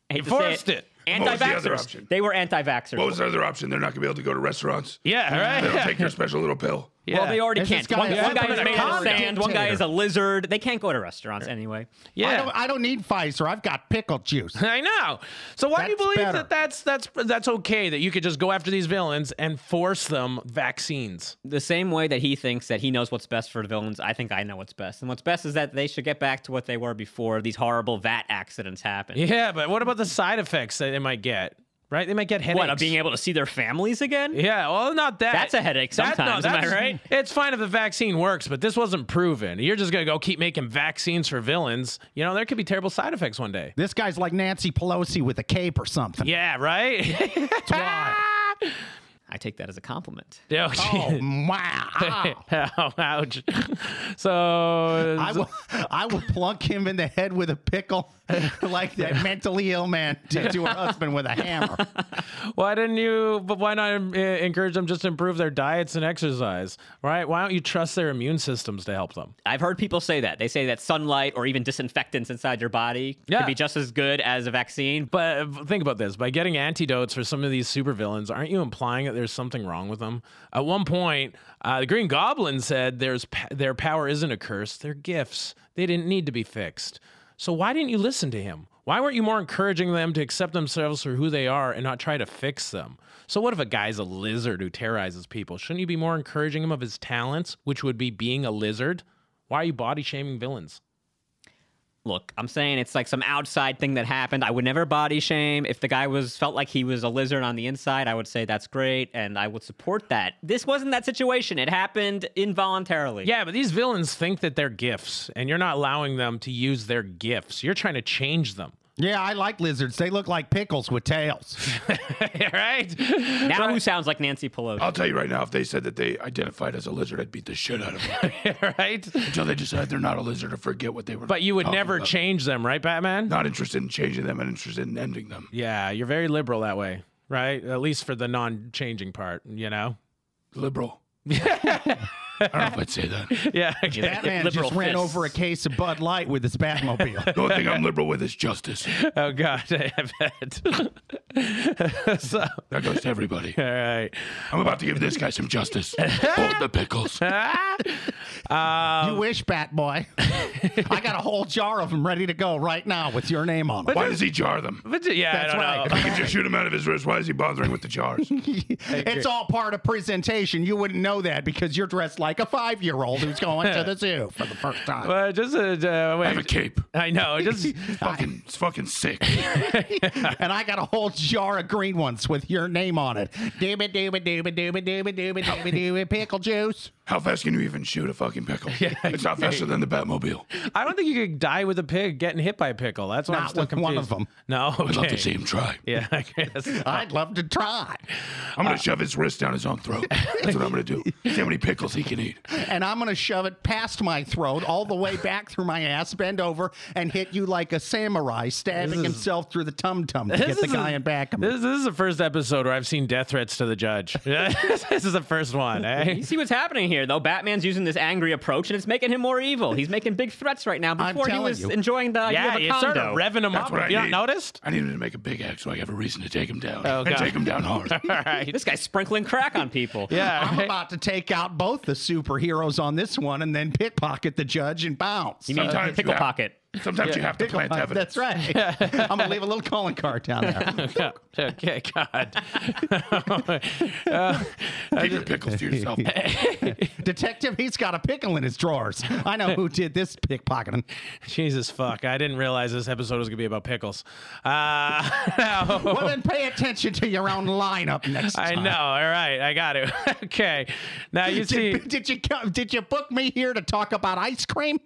[SPEAKER 3] I hate
[SPEAKER 2] You
[SPEAKER 3] to say
[SPEAKER 2] forced it.
[SPEAKER 4] What
[SPEAKER 3] Anti
[SPEAKER 4] was the other
[SPEAKER 3] vaxxers.
[SPEAKER 4] option?
[SPEAKER 3] They were anti vaxxers.
[SPEAKER 4] What was the other option? They're not gonna be able to go to restaurants.
[SPEAKER 2] Yeah, right.
[SPEAKER 4] They'll take their special little pill.
[SPEAKER 3] Well, they already
[SPEAKER 5] This
[SPEAKER 3] can't.
[SPEAKER 5] guy
[SPEAKER 3] One,
[SPEAKER 5] is
[SPEAKER 3] one guy
[SPEAKER 5] happening
[SPEAKER 3] is
[SPEAKER 5] in
[SPEAKER 3] made out of
[SPEAKER 5] Canada.
[SPEAKER 3] sand. One guy is a lizard. They can't go to restaurants anyway.
[SPEAKER 5] I
[SPEAKER 2] Yeah.
[SPEAKER 5] don't, I don't need Pfizer. I've got pickle juice.
[SPEAKER 2] I know. So why do you
[SPEAKER 5] That's
[SPEAKER 2] believe
[SPEAKER 5] better.
[SPEAKER 2] that that's that's that's okay that you could just go after these villains and force them vaccines?
[SPEAKER 3] The same way that he thinks that he knows what's best for the villains, I think I know what's best. And what's best is that they should get back to what they were before these horrible VAT accidents happen.
[SPEAKER 2] Yeah, but what about the side effects that they might get? Right? They might get headaches.
[SPEAKER 3] What, of being able to see their families again?
[SPEAKER 2] yeah, well, not that.
[SPEAKER 3] That's a headache sometimes, am I right?
[SPEAKER 2] It's fine if the vaccine works, but this wasn't proven. You're just going to go keep making vaccines for villains. You know, there could be terrible side effects one day.
[SPEAKER 5] This guy's like Nancy Pelosi with a cape or something.
[SPEAKER 2] Yeah, right?
[SPEAKER 5] That's why.
[SPEAKER 3] I take that as a compliment.
[SPEAKER 2] Yeah,
[SPEAKER 5] Oh,
[SPEAKER 3] Oh,
[SPEAKER 5] wow.
[SPEAKER 2] Ow, ouch. So,
[SPEAKER 5] I will, I will plunk him in the head with a pickle like that mentally ill man did to her husband with a hammer.
[SPEAKER 2] Why didn't you? But why not uh, encourage them just to improve their diets and exercise, right? Why don't you trust their immune systems to help them?
[SPEAKER 3] I've heard people say that. They say that sunlight or even disinfectants inside your body
[SPEAKER 2] Yeah.
[SPEAKER 3] can be just as good as a vaccine. But
[SPEAKER 2] But uh, think about this: by getting antidotes for some of these supervillains, aren't you implying that there's something wrong with them? At one point, uh, the Green Goblin said there's p- their power isn't a curse; they're gifts. They didn't need to be fixed. So why didn't you listen to him? Why weren't you more encouraging them to accept themselves for who they are and not try to fix them? So what if a guy's a lizard who terrorizes people? Shouldn't you be more encouraging him of his talents, which would be being a lizard? Why are you body shaming villains?
[SPEAKER 3] look, I'm saying it's like some outside thing that happened. I would never body shame. If the guy was felt like he was a lizard on the inside, I would say that's great and I would support that. This wasn't that situation. It happened involuntarily.
[SPEAKER 2] Yeah, but these villains think that they're gifts, and you're not allowing them to use their gifts. You're trying to change them.
[SPEAKER 5] Yeah, I like lizards. They look like pickles with tails.
[SPEAKER 2] right?
[SPEAKER 3] Now who sounds like Nancy Pelosi?
[SPEAKER 5] Oh,
[SPEAKER 4] I'll tell you right now, if they said that they identified as a lizard, I'd beat the shit out of them
[SPEAKER 2] right?
[SPEAKER 4] until they decide they're not a lizard or forget what they were.
[SPEAKER 2] But you would
[SPEAKER 4] talking
[SPEAKER 2] never
[SPEAKER 4] about.
[SPEAKER 2] change them, right, Batman?
[SPEAKER 4] Not interested in changing them, and interested in ending them.
[SPEAKER 2] Yeah, you're very liberal that way, right? At least for the non changing part, you know?
[SPEAKER 4] Liberal. I don't know if I'd say that.
[SPEAKER 2] Yeah.
[SPEAKER 5] That man
[SPEAKER 3] Liberal
[SPEAKER 5] just ran
[SPEAKER 3] fists.
[SPEAKER 5] over a case of Bud Light with his Batmobile.
[SPEAKER 4] The only thing I'm liberal with is justice.
[SPEAKER 2] Oh, God, I bet. so,
[SPEAKER 4] That goes to everybody.
[SPEAKER 2] all right.
[SPEAKER 4] I'm about to give this guy some justice. Hold the pickles.
[SPEAKER 2] Ah,
[SPEAKER 5] you wish, Batboy. I got a whole jar of them ready to go right now with your name on them.
[SPEAKER 4] Why does he jar them?
[SPEAKER 2] But, yeah,
[SPEAKER 5] That's
[SPEAKER 2] I don't
[SPEAKER 5] right.
[SPEAKER 2] know.
[SPEAKER 4] He can just shoot him out of his wrist. Why is he bothering with the jars?
[SPEAKER 5] it's all part of presentation. You wouldn't know that because you're dressed like a five year old who's going to the zoo for the first time.
[SPEAKER 2] But just uh, uh,
[SPEAKER 4] I have a
[SPEAKER 2] wait.
[SPEAKER 4] cape.
[SPEAKER 2] I know. Just
[SPEAKER 4] Fucking, it's fucking sick.
[SPEAKER 5] and I got a whole jar of green ones with your name on it. Dooba dooba dooba dooba dooba dooba dooba dooba pickle juice.
[SPEAKER 4] How fast can you even shoot a fucking pickle? It's not faster than the Batmobile.
[SPEAKER 2] I don't think you could die with a pig getting hit by a pickle. That's why I'm
[SPEAKER 5] Not
[SPEAKER 2] still
[SPEAKER 5] with one
[SPEAKER 2] confused.
[SPEAKER 5] of 'em.
[SPEAKER 2] No, okay.
[SPEAKER 4] I'd love to see him try.
[SPEAKER 2] Yeah, I guess.
[SPEAKER 5] I'd love to try.
[SPEAKER 4] I'm gonna shove his wrist down his own throat. That's what I'm gonna do. See how many pickles he can eat.
[SPEAKER 5] And I'm going to shove it past my throat, all the way back through my ass, bend over, and hit you like a samurai, stabbing
[SPEAKER 2] This is-
[SPEAKER 5] himself through the tum tum to get the
[SPEAKER 2] is
[SPEAKER 5] guy
[SPEAKER 2] a-
[SPEAKER 5] in back of me.
[SPEAKER 2] This, this is the first episode where I've seen death threats to the judge. this is the first one. Eh?
[SPEAKER 3] You see what's happening here, though. Batman's using this angry approach, and it's making him more evil. He's making big threats right now.
[SPEAKER 5] I'm
[SPEAKER 3] Before he
[SPEAKER 5] telling
[SPEAKER 3] was
[SPEAKER 5] you.
[SPEAKER 3] enjoying the idea
[SPEAKER 2] Yeah,
[SPEAKER 3] of a
[SPEAKER 2] you
[SPEAKER 3] condo.
[SPEAKER 2] started revving him
[SPEAKER 4] That's
[SPEAKER 2] up.
[SPEAKER 4] what I
[SPEAKER 2] you
[SPEAKER 4] need.
[SPEAKER 2] not noticed?
[SPEAKER 4] I need him to make a big act so I have a reason to take him down.
[SPEAKER 2] Oh,
[SPEAKER 4] and
[SPEAKER 2] God.
[SPEAKER 4] take him down hard.
[SPEAKER 2] All right.
[SPEAKER 3] This guy's sprinkling crack on people.
[SPEAKER 2] Yeah.
[SPEAKER 5] I'm
[SPEAKER 2] right.
[SPEAKER 5] about to take out both the superheroes on this one and then pickpocket the judge and bounce.
[SPEAKER 3] You mean
[SPEAKER 4] Sometimes
[SPEAKER 3] pickle
[SPEAKER 4] you have-
[SPEAKER 3] pocket?
[SPEAKER 4] Sometimes you have to plant
[SPEAKER 5] Uh,
[SPEAKER 4] evidence.
[SPEAKER 5] that's right. I'm going to leave a little calling card down there.
[SPEAKER 2] Yeah. Okay, God. Uh,
[SPEAKER 4] Keep your pickles to yourself.
[SPEAKER 5] Detective, he's got a pickle in his drawers. I know who did this pickpocketing.
[SPEAKER 2] Jesus fuck. I didn't realize this episode was going to be about pickles. Uh,
[SPEAKER 5] Well, then pay attention to your own lineup next
[SPEAKER 2] I
[SPEAKER 5] time.
[SPEAKER 2] know. All right. I got it. okay. Now you see.
[SPEAKER 5] Did, did you come, did you book me here to talk about ice cream?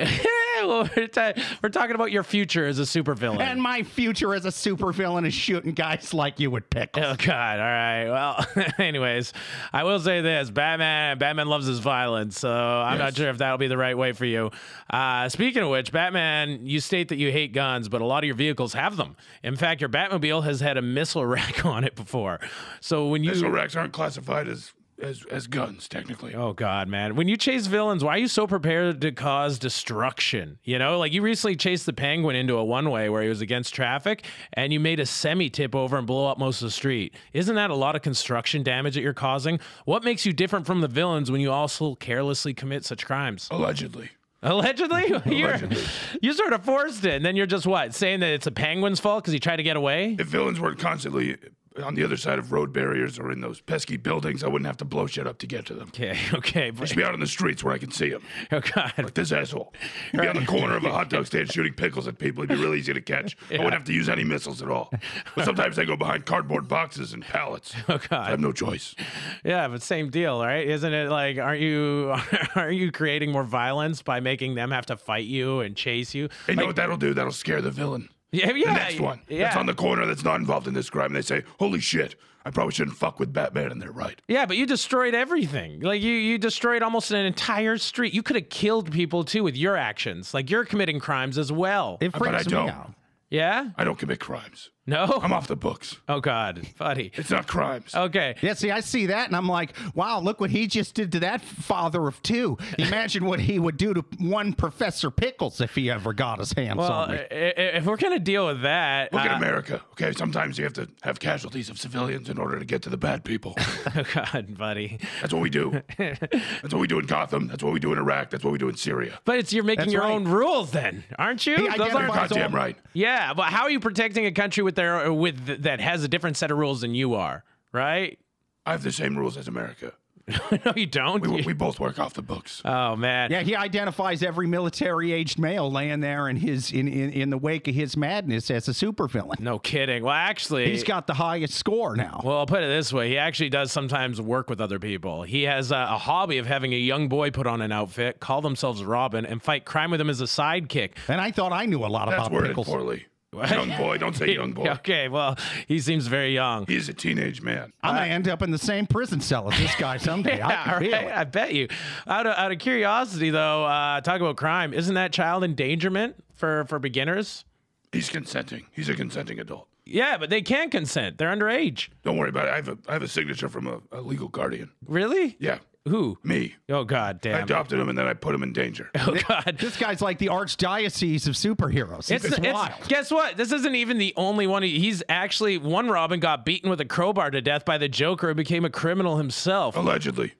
[SPEAKER 2] Well, we're, ta- we're talking about your future as a supervillain.
[SPEAKER 5] And my future as a supervillain is shooting guys like you would pick.
[SPEAKER 2] Oh God! All right. Well, anyways, I will say this: Batman. Batman loves his violence, so I'm not
[SPEAKER 4] Yes.
[SPEAKER 2] sure if that'll be the right way for you. Uh, speaking of which, Batman, you state that you hate guns, but a lot of your vehicles have them. In fact, your Batmobile has had a missile rack on it before. So when you
[SPEAKER 4] Missile racks aren't classified as as as guns technically.
[SPEAKER 2] Oh God, man! When you chase villains, why are you so prepared to cause destruction? You know, like you recently chased the Penguin into a one-way where he was against traffic, and you made a semi tip over and blow up most of the street. Isn't that a lot of construction damage that you're causing? What makes you different from the villains when you also carelessly commit such crimes?
[SPEAKER 4] Allegedly.
[SPEAKER 2] Allegedly, you're,
[SPEAKER 4] Allegedly.
[SPEAKER 2] you sort of forced it, and then you're just what saying that it's a Penguin's fault because he tried to get away.
[SPEAKER 4] If villains weren't constantly on the other side of road barriers or in those pesky buildings, I wouldn't have to blow shit up to get to them.
[SPEAKER 2] Okay, okay,
[SPEAKER 4] Just be out on the streets where I can see them.
[SPEAKER 2] oh God,
[SPEAKER 4] This asshole. He'd be on the corner of a hot dog stand shooting pickles at people. It'd be real easy to catch. I wouldn't have to use any missiles at all. But sometimes I go behind cardboard boxes and pallets.
[SPEAKER 2] oh God.
[SPEAKER 4] I have no choice.
[SPEAKER 2] Yeah, but same deal, right? Isn't it like aren't you aren't you creating more violence by making them have to fight you and chase you?
[SPEAKER 4] And you know what that'll do? That'll scare the villain.
[SPEAKER 2] Yeah, yeah.
[SPEAKER 4] the next one
[SPEAKER 2] Yeah.
[SPEAKER 4] that's on the corner that's not involved in this crime. And they say, holy shit, I probably shouldn't fuck with Batman, and they're right.
[SPEAKER 2] yeah, but you destroyed everything. Like you you destroyed almost an entire street. You could have killed people too with your actions. Like you're committing crimes as well.
[SPEAKER 5] It
[SPEAKER 4] But I
[SPEAKER 5] freaks me
[SPEAKER 4] don't.
[SPEAKER 5] out.
[SPEAKER 2] yeah?
[SPEAKER 4] I don't commit crimes.
[SPEAKER 2] No?
[SPEAKER 4] I'm off the books.
[SPEAKER 2] Oh god, buddy.
[SPEAKER 4] It's not crimes.
[SPEAKER 2] Okay.
[SPEAKER 5] Yeah, see, I see that, and I'm like, wow, look what he just did to that father of two. Imagine what he would do to one Professor Pickles if he ever got his hands
[SPEAKER 2] Well,
[SPEAKER 5] on me.
[SPEAKER 2] i- i- if we're gonna deal with that,
[SPEAKER 4] Look
[SPEAKER 2] uh,
[SPEAKER 4] at America. Okay, sometimes you have to have casualties of civilians in order to get to the bad people.
[SPEAKER 2] oh god, buddy.
[SPEAKER 4] That's what we do. That's what we do in Gotham. That's what we do in Iraq. That's what we do in Syria.
[SPEAKER 2] But it's you're making
[SPEAKER 5] That's
[SPEAKER 2] your
[SPEAKER 5] right.
[SPEAKER 2] own rules then, aren't you?
[SPEAKER 5] He
[SPEAKER 2] Those aren't
[SPEAKER 5] identifies
[SPEAKER 4] God damn
[SPEAKER 5] all-
[SPEAKER 4] right.
[SPEAKER 2] Yeah, but how are you protecting a country with their with th- that has a different set of rules than you are, right?
[SPEAKER 4] I have the same rules as America.
[SPEAKER 2] no, you don't.
[SPEAKER 4] We, we both work off the books.
[SPEAKER 2] oh man.
[SPEAKER 5] Yeah, he identifies every military-aged male laying there in his in, in, in the wake of his madness as a supervillain.
[SPEAKER 2] No kidding. Well, actually,
[SPEAKER 5] He's got the highest score now.
[SPEAKER 2] Well, I'll put it this way: he actually does sometimes work with other people. He has a, a hobby of having a young boy put on an outfit, call themselves Robin, and fight crime with him as a sidekick.
[SPEAKER 5] and I thought I knew a lot
[SPEAKER 4] That's
[SPEAKER 5] about
[SPEAKER 4] worded
[SPEAKER 5] Pickles.
[SPEAKER 4] poorly. Young boy, don't say young boy.
[SPEAKER 2] Okay, well, he seems very young.
[SPEAKER 4] He is a teenage man.
[SPEAKER 5] I'm gonna end up in the same prison cell as this guy someday. I
[SPEAKER 2] Yeah,
[SPEAKER 5] can
[SPEAKER 2] all
[SPEAKER 5] feel
[SPEAKER 2] right,
[SPEAKER 5] it.
[SPEAKER 2] I bet you. Out of, out of curiosity, though, uh, talk about crime. Isn't that child endangerment for for beginners?
[SPEAKER 4] He's consenting. He's a consenting adult.
[SPEAKER 2] Yeah, but they can consent. They're underage.
[SPEAKER 4] Don't worry about it. I have a, I have a signature from a, a legal guardian.
[SPEAKER 2] Really?
[SPEAKER 4] Yeah,
[SPEAKER 2] Who?
[SPEAKER 4] me.
[SPEAKER 2] Oh God,
[SPEAKER 4] I
[SPEAKER 2] damn.
[SPEAKER 4] adopted him and then I put him in danger.
[SPEAKER 2] Oh God.
[SPEAKER 5] This guy's like the archdiocese of superheroes. It's,
[SPEAKER 2] it's,
[SPEAKER 5] wild.
[SPEAKER 2] guess what? This isn't even the only one. He- He's actually one Robin got beaten with a crowbar to death by the Joker and became a criminal himself,
[SPEAKER 4] Allegedly.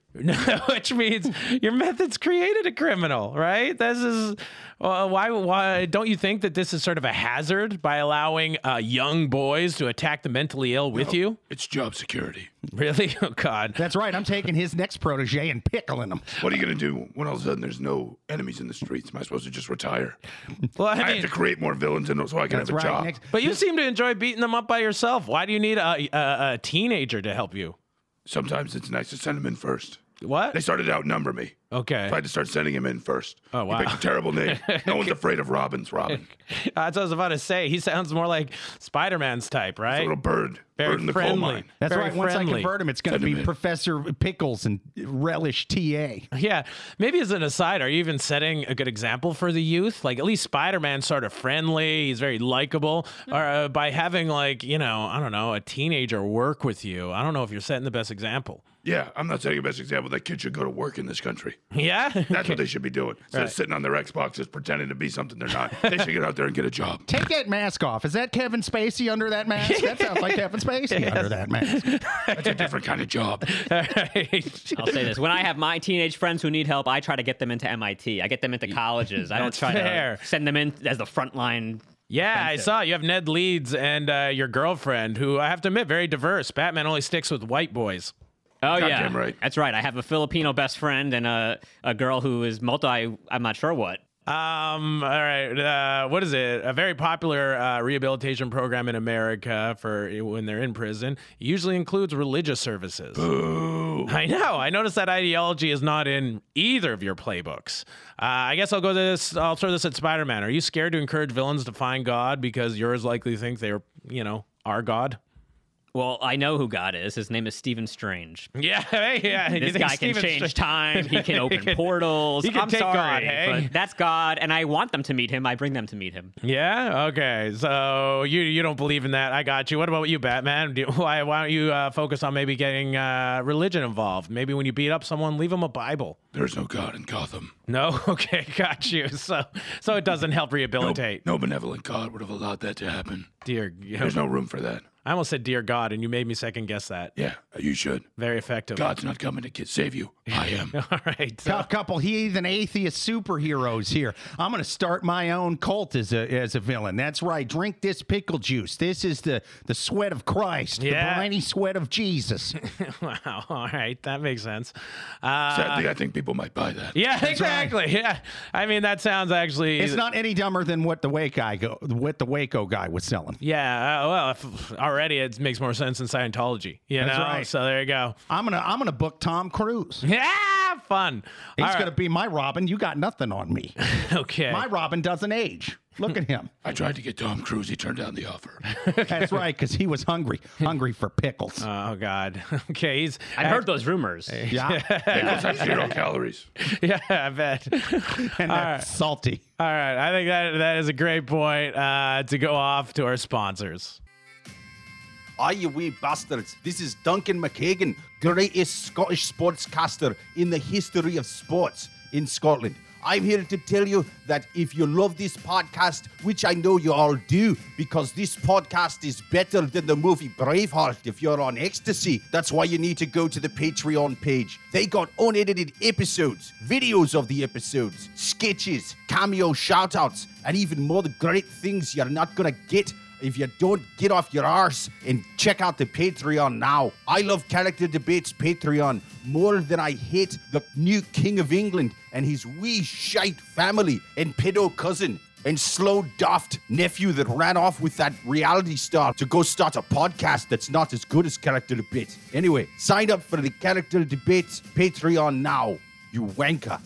[SPEAKER 2] which means your methods created a criminal, right? This is uh, why. Why don't you think that this is sort of a hazard by allowing uh, young boys to attack the mentally ill with you?
[SPEAKER 4] It's job security.
[SPEAKER 2] Really? Oh God.
[SPEAKER 5] That's right. I'm taking his next protege and pickling him.
[SPEAKER 4] What are you going to do when all of a sudden there's no enemies in the streets? Am I supposed to just retire?
[SPEAKER 2] Well, I
[SPEAKER 4] I
[SPEAKER 2] mean-
[SPEAKER 4] have to create more villains and so I can
[SPEAKER 5] That's
[SPEAKER 4] have a
[SPEAKER 5] right.
[SPEAKER 4] job.
[SPEAKER 5] Next,
[SPEAKER 2] But you seem to enjoy beating them up by yourself. Why do you need a, a, a teenager to help you?
[SPEAKER 4] Sometimes it's nice to send him in first. They
[SPEAKER 2] What?
[SPEAKER 4] started to outnumber me.
[SPEAKER 2] Okay.
[SPEAKER 4] I had to start sending him in first.
[SPEAKER 2] Oh, wow.
[SPEAKER 4] He picked a terrible name. No one's afraid of Robin's Robin.
[SPEAKER 2] That's what I was about to say. He sounds more like Spider Man's type,
[SPEAKER 4] A
[SPEAKER 2] right?
[SPEAKER 4] little bird.
[SPEAKER 2] Very
[SPEAKER 4] bird in the
[SPEAKER 2] friendly.
[SPEAKER 4] coal mine.
[SPEAKER 5] That's
[SPEAKER 2] Very
[SPEAKER 5] right. Once
[SPEAKER 2] friendly.
[SPEAKER 5] I convert him, it's going
[SPEAKER 4] Send
[SPEAKER 5] to
[SPEAKER 4] him
[SPEAKER 5] be
[SPEAKER 4] in.
[SPEAKER 5] Professor Pickles and Relish TA.
[SPEAKER 2] Yeah. Maybe as an aside, are you even setting a good example for the youth? Like, at least Spider Man's sort of friendly. He's very likable. Or uh, by having, like, you know, I don't know, a teenager work with you, I don't know if you're setting the best example.
[SPEAKER 4] Yeah, I'm not setting a best example. That kid should go to work in this country.
[SPEAKER 2] Yeah?
[SPEAKER 4] That's what they should be doing. Instead of sitting on their Xboxes pretending to be something they're not, they should get out there and get a job.
[SPEAKER 5] Take that mask off. Is that Kevin Spacey under that mask? That sounds like Kevin Spacey under that mask.
[SPEAKER 4] That's a different kind of job.
[SPEAKER 2] All right.
[SPEAKER 3] I'll say this: when I have my teenage friends who need help, I try to get them into MIT. I get them into colleges. I don't
[SPEAKER 2] That's
[SPEAKER 3] try
[SPEAKER 2] fair.
[SPEAKER 3] to send them in as the front line.
[SPEAKER 2] Yeah, I
[SPEAKER 3] offensive.
[SPEAKER 2] saw you have Ned Leeds and uh, your girlfriend, who I have to admit, very diverse. Batman only sticks with white boys.
[SPEAKER 3] Oh yeah,
[SPEAKER 4] Goddamn right.
[SPEAKER 3] That's right. I have a Filipino best friend and a a girl who is multi. I'm not sure what.
[SPEAKER 2] Um, all right. Uh, what is it? A very popular uh, rehabilitation program in America for when they're in prison usually includes religious services. I know. I noticed that ideology is not in either of your playbooks. Uh, I guess I'll go to this. I'll throw this at Spider Man. Are you scared to encourage villains to find God because yours likely think they're, you know, our God?
[SPEAKER 3] Well, I know who God is. His name is Stephen Strange.
[SPEAKER 2] Yeah. Hey, yeah. You
[SPEAKER 3] This
[SPEAKER 2] think
[SPEAKER 3] guy can
[SPEAKER 2] Steven's
[SPEAKER 3] change
[SPEAKER 2] just-
[SPEAKER 3] time. He can open portals.
[SPEAKER 2] he can
[SPEAKER 3] I'm
[SPEAKER 2] take
[SPEAKER 3] sorry,
[SPEAKER 2] God, hey?
[SPEAKER 3] but that's God, and I want them to meet him. I bring them to meet him.
[SPEAKER 2] Yeah. Okay. So you you don't believe in that? I got you. What about you, Batman? Do, why why don't you uh, focus on maybe getting uh, religion involved? Maybe when you beat up someone, leave them a Bible.
[SPEAKER 4] There's no God in Gotham.
[SPEAKER 2] No. Okay. Got you. So so it doesn't help
[SPEAKER 4] No,
[SPEAKER 2] rehabilitate.
[SPEAKER 4] no benevolent God would have allowed that to happen.
[SPEAKER 2] Dear.
[SPEAKER 4] There's no room for that.
[SPEAKER 2] I almost said dear God, and you made me second guess that.
[SPEAKER 4] Yeah, you should.
[SPEAKER 2] Very effective.
[SPEAKER 4] God's not coming to ki- save you. I am.
[SPEAKER 2] All right. So,
[SPEAKER 5] Tough couple heathen atheist superheroes here. I'm going to start my own cult as a as a villain. That's right. Drink this pickle juice. This is the the sweat of Christ,
[SPEAKER 2] Yeah.
[SPEAKER 5] the briny sweat of Jesus.
[SPEAKER 2] wow. All right. That makes sense. Uh,
[SPEAKER 4] Sadly, I think people might buy that.
[SPEAKER 2] yeah.
[SPEAKER 5] right.
[SPEAKER 2] Exactly. Yeah. I mean, that sounds actually.
[SPEAKER 5] It's not any dumber than what the Waco guy go, what the Waco guy was selling.
[SPEAKER 2] Yeah, uh, well, if, already it makes more sense in Scientology. You
[SPEAKER 5] That's
[SPEAKER 2] know,
[SPEAKER 5] right.
[SPEAKER 2] so there you go.
[SPEAKER 5] I'm gonna I'm gonna book Tom Cruise. He's
[SPEAKER 2] Yeah, fun. All right.
[SPEAKER 5] gonna be my Robin. You got nothing on me.
[SPEAKER 2] okay.
[SPEAKER 5] My Robin doesn't age. Look at him.
[SPEAKER 4] I tried to get Tom Cruise. He turned down the offer.
[SPEAKER 5] That's right, because he was hungry, hungry for pickles.
[SPEAKER 2] oh God. Okay, he's.
[SPEAKER 3] I heard those rumors.
[SPEAKER 5] yeah,
[SPEAKER 4] Pickles have zero calories.
[SPEAKER 2] Yeah, I bet.
[SPEAKER 5] and that's salty.
[SPEAKER 2] All right, I think that that is a great point uh, to go off to our sponsors.
[SPEAKER 1] Are you wee bastards? This is Duncan McKagan, greatest Scottish sportscaster in the history of sports in Scotland. I'm here to tell you that if you love this podcast, which I know you all do, because this podcast is better than the movie Braveheart if you're on ecstasy, that's why you need to go to the Patreon page. They got unedited episodes, videos of the episodes, sketches, cameo shoutouts, and even more great things you're not gonna get if you don't get off your arse and check out the Patreon now. I love Character Debates Patreon more than I hate the new King of England and his wee shite family and pedo cousin and slow daft nephew that ran off with that reality star to go start a podcast that's not as good as Character Debates. Anyway, sign up for the Character Debates Patreon now, you wanker.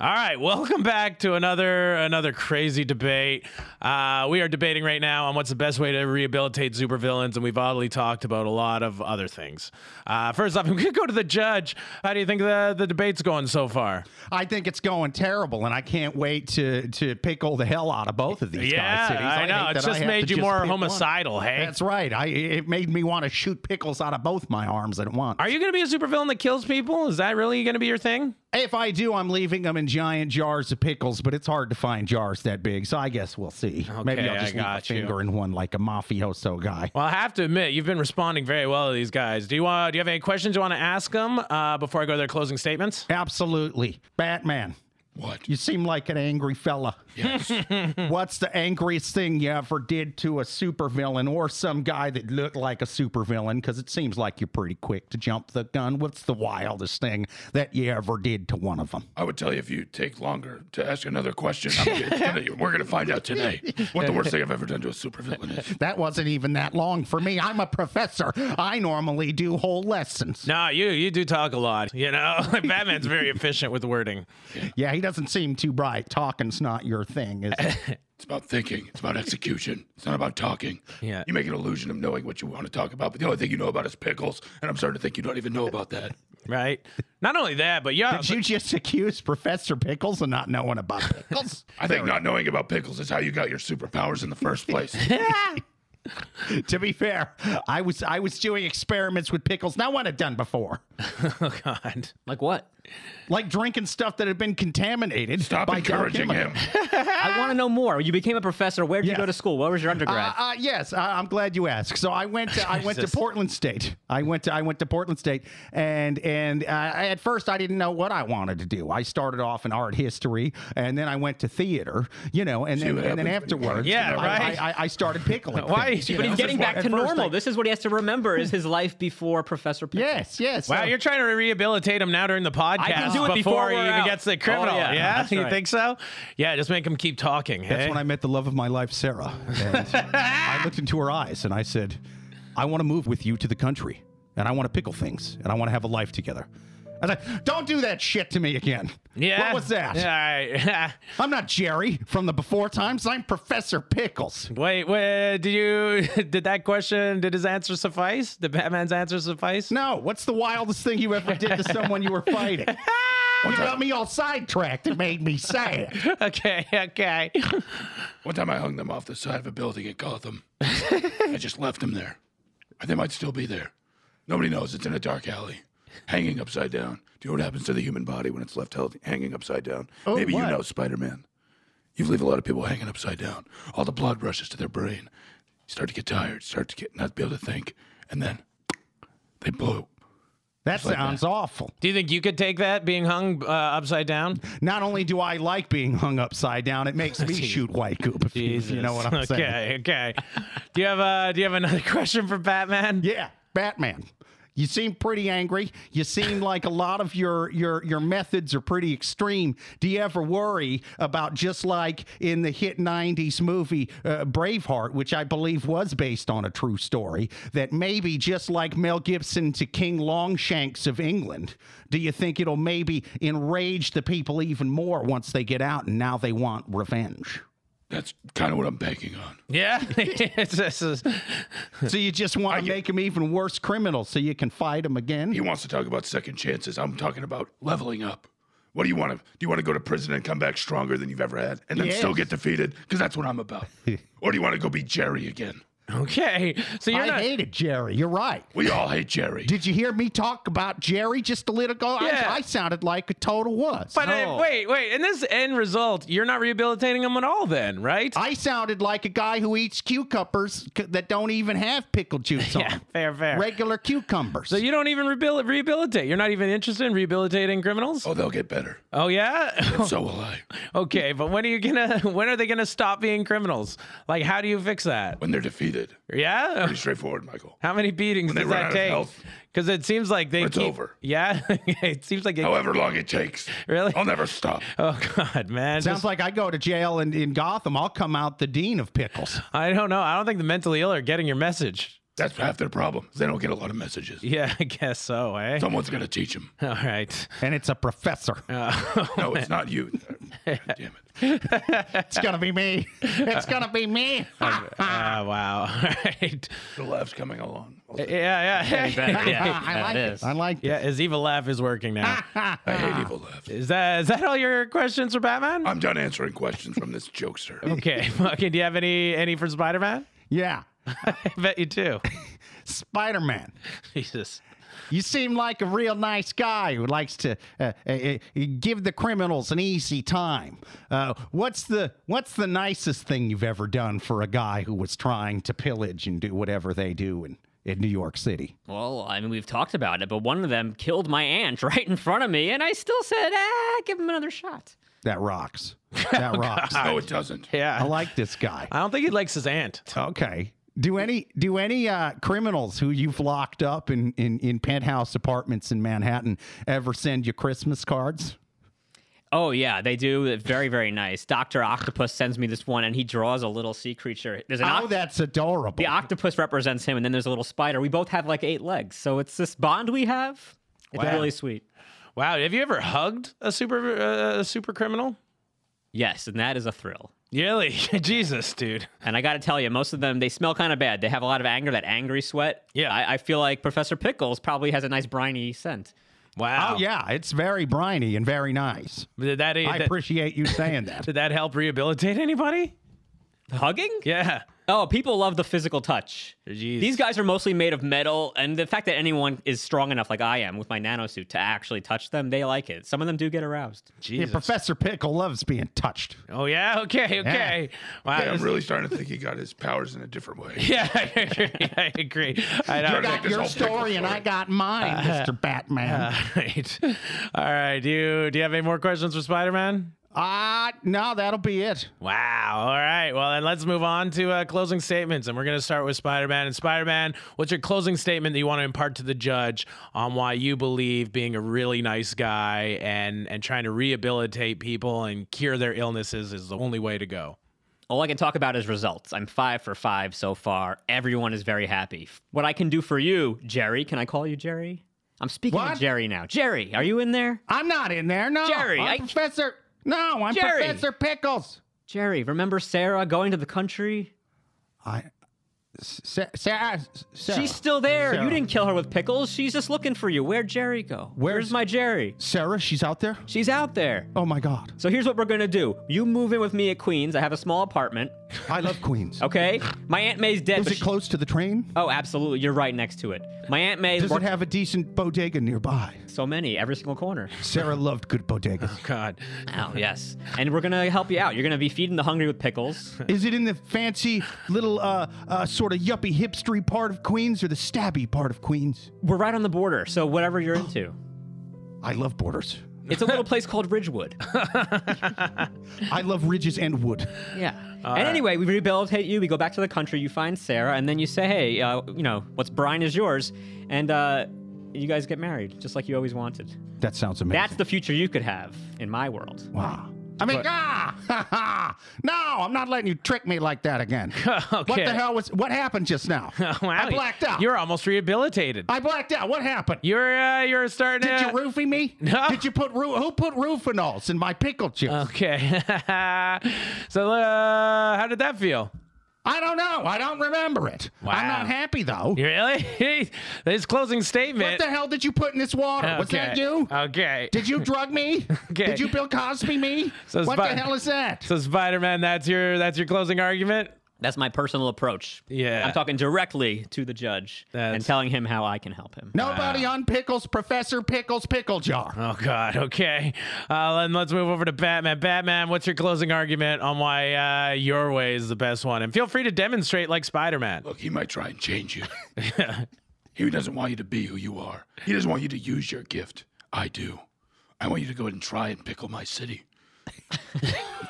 [SPEAKER 2] All right, welcome back to another another crazy debate. Uh, we are debating right now on what's the best way to rehabilitate supervillains, and we've already talked about a lot of other things. Uh, first off, I'm gonna go to the judge. How do you think the the debate's going so far?
[SPEAKER 5] I think it's going terrible, and I can't wait to to pickle the hell out of both of these
[SPEAKER 2] Yeah,
[SPEAKER 5] guys. cities.
[SPEAKER 2] I know.
[SPEAKER 5] hate
[SPEAKER 2] It's
[SPEAKER 5] that I
[SPEAKER 2] just
[SPEAKER 5] have
[SPEAKER 2] made
[SPEAKER 5] to
[SPEAKER 2] you more
[SPEAKER 5] pick one.
[SPEAKER 2] homicidal, hey?
[SPEAKER 5] That's right. I it made me want to shoot pickles out of both my arms at once.
[SPEAKER 2] Are you gonna be a supervillain that kills people? Is that really gonna be your thing?
[SPEAKER 5] if I do, I'm leaving them in giant jars of pickles, but it's hard to find jars that big, so I guess we'll see. Maybe
[SPEAKER 2] I
[SPEAKER 5] I'll just leave a
[SPEAKER 2] got you.
[SPEAKER 5] finger in one like a mafioso guy.
[SPEAKER 2] Well, I have to admit, you've been responding very well to these guys. Do you want? Do you have any questions you want to ask them uh, before I go to their closing statements?
[SPEAKER 5] Absolutely, Batman.
[SPEAKER 4] What?
[SPEAKER 5] You seem like an angry fella.
[SPEAKER 4] Yes.
[SPEAKER 5] What's the angriest thing you ever did to a supervillain or some guy that looked like a supervillain? Because it seems like you're pretty quick to jump the gun. What's the wildest thing that you ever did to one of them?
[SPEAKER 4] I would tell you if you take longer to ask another question. I'm gonna, we're going to find out today what the worst thing I've ever done to a supervillain is.
[SPEAKER 5] That wasn't even that long for me. I'm a professor. I normally do whole lessons.
[SPEAKER 2] No, you you do talk a lot. You know, Batman's very efficient with wording.
[SPEAKER 5] Yeah, he doesn't seem too bright. Talking's not your thing, is it?
[SPEAKER 4] It's about thinking. It's about execution. It's not about talking.
[SPEAKER 2] Yeah.
[SPEAKER 4] You make an illusion of knowing what you want to talk about, but the only thing you know about is pickles, and I'm starting to think you don't even know about that.
[SPEAKER 2] right? Not only that, but yeah,
[SPEAKER 5] Did you just accuse Professor Pickles of not knowing about pickles?
[SPEAKER 4] I think not knowing about pickles is how you got your superpowers in the first place.
[SPEAKER 5] to be fair, I was I was doing experiments with pickles. Now what I've done before.
[SPEAKER 2] oh god,
[SPEAKER 3] Like what?
[SPEAKER 5] like drinking stuff that had been contaminated.
[SPEAKER 4] Stop
[SPEAKER 5] by dark
[SPEAKER 4] encouraging him.
[SPEAKER 5] chemicals.
[SPEAKER 3] I want to know more. You became a professor. Where did
[SPEAKER 5] Yes.
[SPEAKER 3] you go to school? What was your undergrad?
[SPEAKER 5] Uh, uh, yes, I, I'm glad you asked. So I went. To, I went to
[SPEAKER 2] Jesus.
[SPEAKER 5] Portland State. I went to. I went to Portland State, and and uh, I- at first I didn't know what I wanted to do. I started off in art history, and then I went to theater. You know, and then
[SPEAKER 4] what
[SPEAKER 5] and then
[SPEAKER 4] happens when you
[SPEAKER 5] afterwards,
[SPEAKER 2] Yeah,
[SPEAKER 5] you know, I-
[SPEAKER 2] right.
[SPEAKER 5] I, I, I started pickling.
[SPEAKER 2] Why-
[SPEAKER 5] things, you
[SPEAKER 2] but
[SPEAKER 5] know?
[SPEAKER 3] He's getting
[SPEAKER 5] At
[SPEAKER 3] back to
[SPEAKER 5] first
[SPEAKER 3] normal.
[SPEAKER 5] I-
[SPEAKER 3] this is what he has to remember: is his life before Professor. Pickles.
[SPEAKER 5] Yes, yes.
[SPEAKER 2] wow, Wow, you're trying to rehabilitate him now during the podcast
[SPEAKER 3] can do it before
[SPEAKER 2] before, he
[SPEAKER 3] we're
[SPEAKER 2] even
[SPEAKER 3] out.
[SPEAKER 2] gets the criminal.
[SPEAKER 3] Oh, yeah.
[SPEAKER 2] yeah,
[SPEAKER 3] That's
[SPEAKER 2] you
[SPEAKER 3] right.
[SPEAKER 2] think so? Yeah, just make him keep talking.
[SPEAKER 5] That's
[SPEAKER 2] hey?
[SPEAKER 5] when I met the love of my life, Sarah. And I looked into her eyes and I said, I want to move with you to the country and I want to pickle things and I want to have a life together. I was like, don't do that shit to me again.
[SPEAKER 2] yeah.
[SPEAKER 5] What was that?
[SPEAKER 2] Yeah,
[SPEAKER 5] I'm not Jerry from the before times. I'm Professor Pickles.
[SPEAKER 2] all right. Wait, wait. Did you? Did that question? Did his answer suffice? Did Batman's answer suffice?
[SPEAKER 5] No, what's the wildest thing you ever did to someone you were fighting? You got me all sidetracked and made me sad.
[SPEAKER 2] Okay. Okay.
[SPEAKER 4] One time I hung them off the side of a building in Gotham. I just left them there. They might still be there. Nobody knows it's in a dark alley, hanging upside down. Do you know what happens to the human body when it's left held, hanging upside down?
[SPEAKER 5] Oh,
[SPEAKER 4] Maybe
[SPEAKER 5] what?
[SPEAKER 4] you know Spider Man. You leave a lot of people hanging upside down. All the blood rushes to their brain. You start to get tired, start to get not be able to think, and then they blow.
[SPEAKER 5] That sounds awful.
[SPEAKER 2] Do you think you could take that being hung uh, upside down?
[SPEAKER 5] Not only do I like being hung upside down, it makes me shoot white goop. If you, if you know what I'm
[SPEAKER 2] okay,
[SPEAKER 5] saying?
[SPEAKER 2] Okay. do you have uh, Do you have another question for Batman?
[SPEAKER 5] Yeah, Batman. You seem pretty angry. You seem like a lot of your your your methods are pretty extreme. Do you ever worry about just like in the hit '90s movie uh, Braveheart, which I believe was based on a true story, that maybe just like Mel Gibson to King Longshanks of England, do you think it'll maybe enrage the people even more once they get out and now they want revenge?
[SPEAKER 4] That's kind of what I'm banking on.
[SPEAKER 2] Yeah. It's- it's- it's-
[SPEAKER 5] So you just want to make them even worse criminals so you can fight them again?
[SPEAKER 4] He wants to talk about second chances. I'm talking about leveling up. What do you want to do? You want to go to prison and come back stronger than you've ever had, and then still
[SPEAKER 5] Yes.
[SPEAKER 4] get defeated? Because that's what I'm about. or do you want to go be Jerry again?
[SPEAKER 2] okay. So you're
[SPEAKER 5] I
[SPEAKER 2] not.
[SPEAKER 5] hated Jerry. You're right.
[SPEAKER 4] We all hate Jerry.
[SPEAKER 5] Did you hear me talk about Jerry just a little ago? I-
[SPEAKER 2] Yeah.
[SPEAKER 5] I, sounded like a total wuss.
[SPEAKER 2] But uh,
[SPEAKER 3] No.
[SPEAKER 2] wait, wait. In this end result, you're not rehabilitating him at all, then, right?
[SPEAKER 5] I sounded like a guy who eats cucumbers c- that don't even have pickle juice on
[SPEAKER 2] yeah,
[SPEAKER 5] them.
[SPEAKER 2] fair, fair.
[SPEAKER 5] Regular cucumbers.
[SPEAKER 2] so you don't even rehabil- rehabilitate. You're not even interested in rehabilitating criminals.
[SPEAKER 4] oh, they'll get better.
[SPEAKER 2] Oh yeah.
[SPEAKER 4] So will I.
[SPEAKER 2] okay, but when are you gonna? When are they gonna stop being criminals? Like, how do you fix that?
[SPEAKER 4] When they're defeated,
[SPEAKER 2] Yeah.
[SPEAKER 4] pretty straightforward, Michael.
[SPEAKER 2] How many beatings
[SPEAKER 4] When they
[SPEAKER 2] does
[SPEAKER 4] run
[SPEAKER 2] that
[SPEAKER 4] out of
[SPEAKER 2] take?
[SPEAKER 4] health.
[SPEAKER 2] Because it seems like they
[SPEAKER 4] It's
[SPEAKER 2] keep-
[SPEAKER 4] over.
[SPEAKER 2] Yeah, it seems like it.
[SPEAKER 4] However long it takes,
[SPEAKER 2] Really?
[SPEAKER 4] I'll never stop.
[SPEAKER 2] Oh God, man!
[SPEAKER 5] Sounds
[SPEAKER 2] Just-
[SPEAKER 5] like I go to jail in, in Gotham. I'll come out the dean of pickles.
[SPEAKER 2] I don't know. I don't think the mentally ill are getting your message.
[SPEAKER 4] That's half their problem. They don't get a lot of messages.
[SPEAKER 2] Yeah, I guess so. Eh.
[SPEAKER 4] Someone's gonna teach them.
[SPEAKER 2] All right.
[SPEAKER 5] And it's a professor.
[SPEAKER 4] No, it's not you. God damn it.
[SPEAKER 5] It's going to be me. It's going to be me.
[SPEAKER 2] Ah, wow. All right.
[SPEAKER 4] The laugh's coming along.
[SPEAKER 2] Yeah, yeah.
[SPEAKER 5] I like it. I like it.
[SPEAKER 2] Yeah, his evil laugh is working now.
[SPEAKER 5] Ah.
[SPEAKER 4] I hate evil laughs.
[SPEAKER 2] Is that is that all your questions for Batman?
[SPEAKER 4] I'm done answering questions from this jokester.
[SPEAKER 2] Okay. Fucking do you have any any for Spider Man?
[SPEAKER 5] Yeah.
[SPEAKER 2] I bet you do.
[SPEAKER 5] Spider Man.
[SPEAKER 2] Jesus.
[SPEAKER 5] You seem like a real nice guy who likes to uh, uh, uh, give the criminals an easy time. Uh, what's the What's the nicest thing you've ever done for a guy who was trying to pillage and do whatever they do in, in New York City?
[SPEAKER 3] Well, I mean, we've talked about it, but one of them killed my aunt right in front of me, and I still said, ah, give him another shot.
[SPEAKER 5] That rocks. That rocks.
[SPEAKER 4] No, it doesn't.
[SPEAKER 2] Yeah.
[SPEAKER 5] I like this guy.
[SPEAKER 2] I don't think he likes his aunt.
[SPEAKER 5] Okay. Do any do any uh, criminals who you've locked up in, in, in penthouse apartments in Manhattan ever send you Christmas cards?
[SPEAKER 3] Oh, yeah, they do. They're Very, very nice. Dr. Octopus sends me this one, and he draws a little sea creature. There's an
[SPEAKER 5] Oh,
[SPEAKER 3] oct-
[SPEAKER 5] that's adorable.
[SPEAKER 3] The octopus represents him, and then there's a little spider. We both have like eight legs, so it's this bond we have. It's really sweet.
[SPEAKER 2] Wow. Have you ever hugged a super uh, a super criminal?
[SPEAKER 3] Yes, and that is a thrill.
[SPEAKER 2] Really? Jesus, dude.
[SPEAKER 3] And I got to tell you, most of them they smell kind of bad. They have a lot of anger, that angry sweat.
[SPEAKER 2] Yeah.
[SPEAKER 3] I, I feel like Professor Pickles probably has a nice briny scent.
[SPEAKER 2] Wow.
[SPEAKER 5] Oh yeah, it's very briny and very nice.
[SPEAKER 2] Did that,
[SPEAKER 5] I
[SPEAKER 2] that
[SPEAKER 5] appreciate you saying that.
[SPEAKER 2] did that help rehabilitate anybody?
[SPEAKER 3] Hugging?
[SPEAKER 2] Yeah.
[SPEAKER 3] Oh, people love the physical touch.
[SPEAKER 2] Jeez.
[SPEAKER 3] These guys are mostly made of metal, and the fact that anyone is strong enough, like I am, with my nanosuit to actually touch them, they like it. Some of them do get aroused.
[SPEAKER 5] Yeah,
[SPEAKER 2] Jesus.
[SPEAKER 5] Professor Pickle loves being touched.
[SPEAKER 2] oh yeah. Okay. Okay. Wow.
[SPEAKER 4] Yeah, I'm
[SPEAKER 2] this-
[SPEAKER 4] really starting to think he got his powers in a different way.
[SPEAKER 2] yeah, I agree. I agree. I know.
[SPEAKER 5] You got
[SPEAKER 4] this
[SPEAKER 5] your
[SPEAKER 4] whole pickle
[SPEAKER 5] story and
[SPEAKER 4] story.
[SPEAKER 5] I got mine,
[SPEAKER 3] Uh,
[SPEAKER 5] Mr. Batman.
[SPEAKER 2] All right. All right. Do you do you have any more questions for Spider Man?
[SPEAKER 5] Ah, no, that'll be it.
[SPEAKER 2] Wow. All right. Well, then let's move on to uh, closing statements. And we're going to start with Spider Man. And Spider Man, what's your closing statement that you want to impart to the judge on why you believe being a really nice guy and, and trying to rehabilitate people and cure their illnesses is the only way to go?
[SPEAKER 3] All I can talk about is results. I'm five for five so far. Everyone is very happy. What I can do for you, Jerry, can I call you Jerry? I'm speaking
[SPEAKER 5] What?
[SPEAKER 3] to Jerry now. Jerry, are you in there?
[SPEAKER 5] I'm not in there. No,
[SPEAKER 3] Jerry,
[SPEAKER 5] I'm
[SPEAKER 3] I-
[SPEAKER 5] Professor. No, I'm
[SPEAKER 3] Jerry.
[SPEAKER 5] Professor Pickles.
[SPEAKER 3] Jerry, remember Sarah going to the country?
[SPEAKER 5] I. Sarah, Sarah,
[SPEAKER 3] She's still there.
[SPEAKER 5] Sarah.
[SPEAKER 3] You didn't kill her with pickles. She's just looking for you. Where'd Jerry go?
[SPEAKER 5] Where's-
[SPEAKER 3] Where's my Jerry?
[SPEAKER 5] Sarah. She's out there.
[SPEAKER 3] She's out there.
[SPEAKER 5] Oh my God,
[SPEAKER 3] So here's what we're gonna do. You move in with me at Queens. I have a small apartment.
[SPEAKER 5] I love Queens.
[SPEAKER 3] Okay. My aunt May's dead.
[SPEAKER 5] Is
[SPEAKER 3] but
[SPEAKER 5] it
[SPEAKER 3] she-
[SPEAKER 5] close to the train?
[SPEAKER 3] oh, absolutely. You're right next to it. My aunt May
[SPEAKER 5] Does it
[SPEAKER 3] worked
[SPEAKER 5] have a decent bodega nearby?
[SPEAKER 3] so many every single corner.
[SPEAKER 5] Sarah loved good bodegas.
[SPEAKER 2] God.
[SPEAKER 3] Oh yes. And we're gonna help you out. You're gonna be feeding the hungry with pickles.
[SPEAKER 5] Is it in the fancy little uh, uh, sort of yuppie hipstery part of Queens or the stabby part of Queens?
[SPEAKER 3] We're right on the border, so whatever you're into.
[SPEAKER 5] I love borders.
[SPEAKER 3] It's a little place called Ridgewood.
[SPEAKER 5] I love ridges and wood.
[SPEAKER 3] Yeah. and anyway, we rehabilitate you. We go back to the country. You find Sarah, and then you say, "Hey, uh, you know, what's Brian is yours," and uh, you guys get married, just like you always wanted.
[SPEAKER 5] That sounds amazing.
[SPEAKER 3] That's the future you could have in my world.
[SPEAKER 5] wow. I mean, ah, ha, ha. no, I'm not letting you trick me like that again. What
[SPEAKER 2] Okay.
[SPEAKER 5] the hell was? What happened just now?
[SPEAKER 2] Wow,
[SPEAKER 5] I blacked out.
[SPEAKER 2] You're almost rehabilitated.
[SPEAKER 5] I blacked out. What happened?
[SPEAKER 2] You're uh, you're starting
[SPEAKER 5] Did
[SPEAKER 2] to.
[SPEAKER 5] you roofie me?
[SPEAKER 2] No.
[SPEAKER 5] Did you put ru- who put roofinols in my pickle chips?
[SPEAKER 2] Okay. so, uh, how did that feel?
[SPEAKER 5] I don't know. I don't remember it. I'm
[SPEAKER 2] Wow.
[SPEAKER 5] not happy though.
[SPEAKER 2] You really? His closing
[SPEAKER 5] What
[SPEAKER 2] statement.
[SPEAKER 5] the hell did you put in this water? Was that
[SPEAKER 2] Okay.
[SPEAKER 5] you?
[SPEAKER 2] Okay.
[SPEAKER 5] Did you drug me?
[SPEAKER 2] Okay.
[SPEAKER 5] Did you Bill Cosby me?
[SPEAKER 2] So
[SPEAKER 5] what
[SPEAKER 2] Spi-
[SPEAKER 5] the hell is that?
[SPEAKER 2] So Spider-Man, that's your that's your closing argument.
[SPEAKER 3] That's my personal approach.
[SPEAKER 2] Yeah.
[SPEAKER 3] I'm talking directly to the judge and
[SPEAKER 2] That's-
[SPEAKER 3] telling him how I can help him.
[SPEAKER 5] Nobody on Pickles Professor Pickles Pickle Jar.
[SPEAKER 2] Oh God. Okay. Uh, then let's move over to Batman. Batman, what's your closing argument on why uh, your way is the best one? And feel free to demonstrate like Spider-Man.
[SPEAKER 4] Look, he might try and change you. he doesn't want you to be who you are. He doesn't want you to use your gift. I do. I want you to go ahead and try and pickle my city.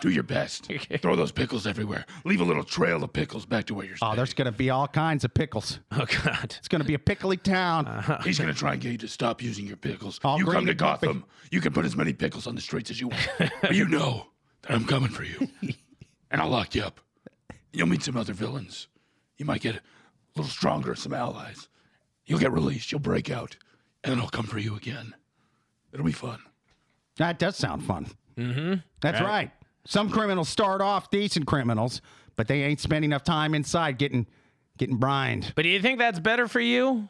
[SPEAKER 4] do your best. Throw those pickles everywhere. Leave a little trail of pickles back to where you're
[SPEAKER 5] Oh,
[SPEAKER 4] staying.
[SPEAKER 5] there's going to be all kinds of pickles.
[SPEAKER 2] Oh God.
[SPEAKER 5] It's going to be a pickly town.
[SPEAKER 2] Uh.
[SPEAKER 4] He's going to try and get you to stop using your pickles.
[SPEAKER 5] All
[SPEAKER 4] you come
[SPEAKER 5] green
[SPEAKER 4] to
[SPEAKER 5] and goofy.
[SPEAKER 4] Gotham. You can put as many pickles on the streets as you want. but you know that I'm coming for you. and I'll lock you up. You'll meet some other villains. You might get a little stronger, some allies. You'll get released. You'll break out. And then I'll come for you again. It'll be fun.
[SPEAKER 5] That does sound fun. Mm-hmm. That's right. Some criminals start off decent criminals, but they ain't spent enough time inside getting getting brined.
[SPEAKER 2] But do you think that's better for you?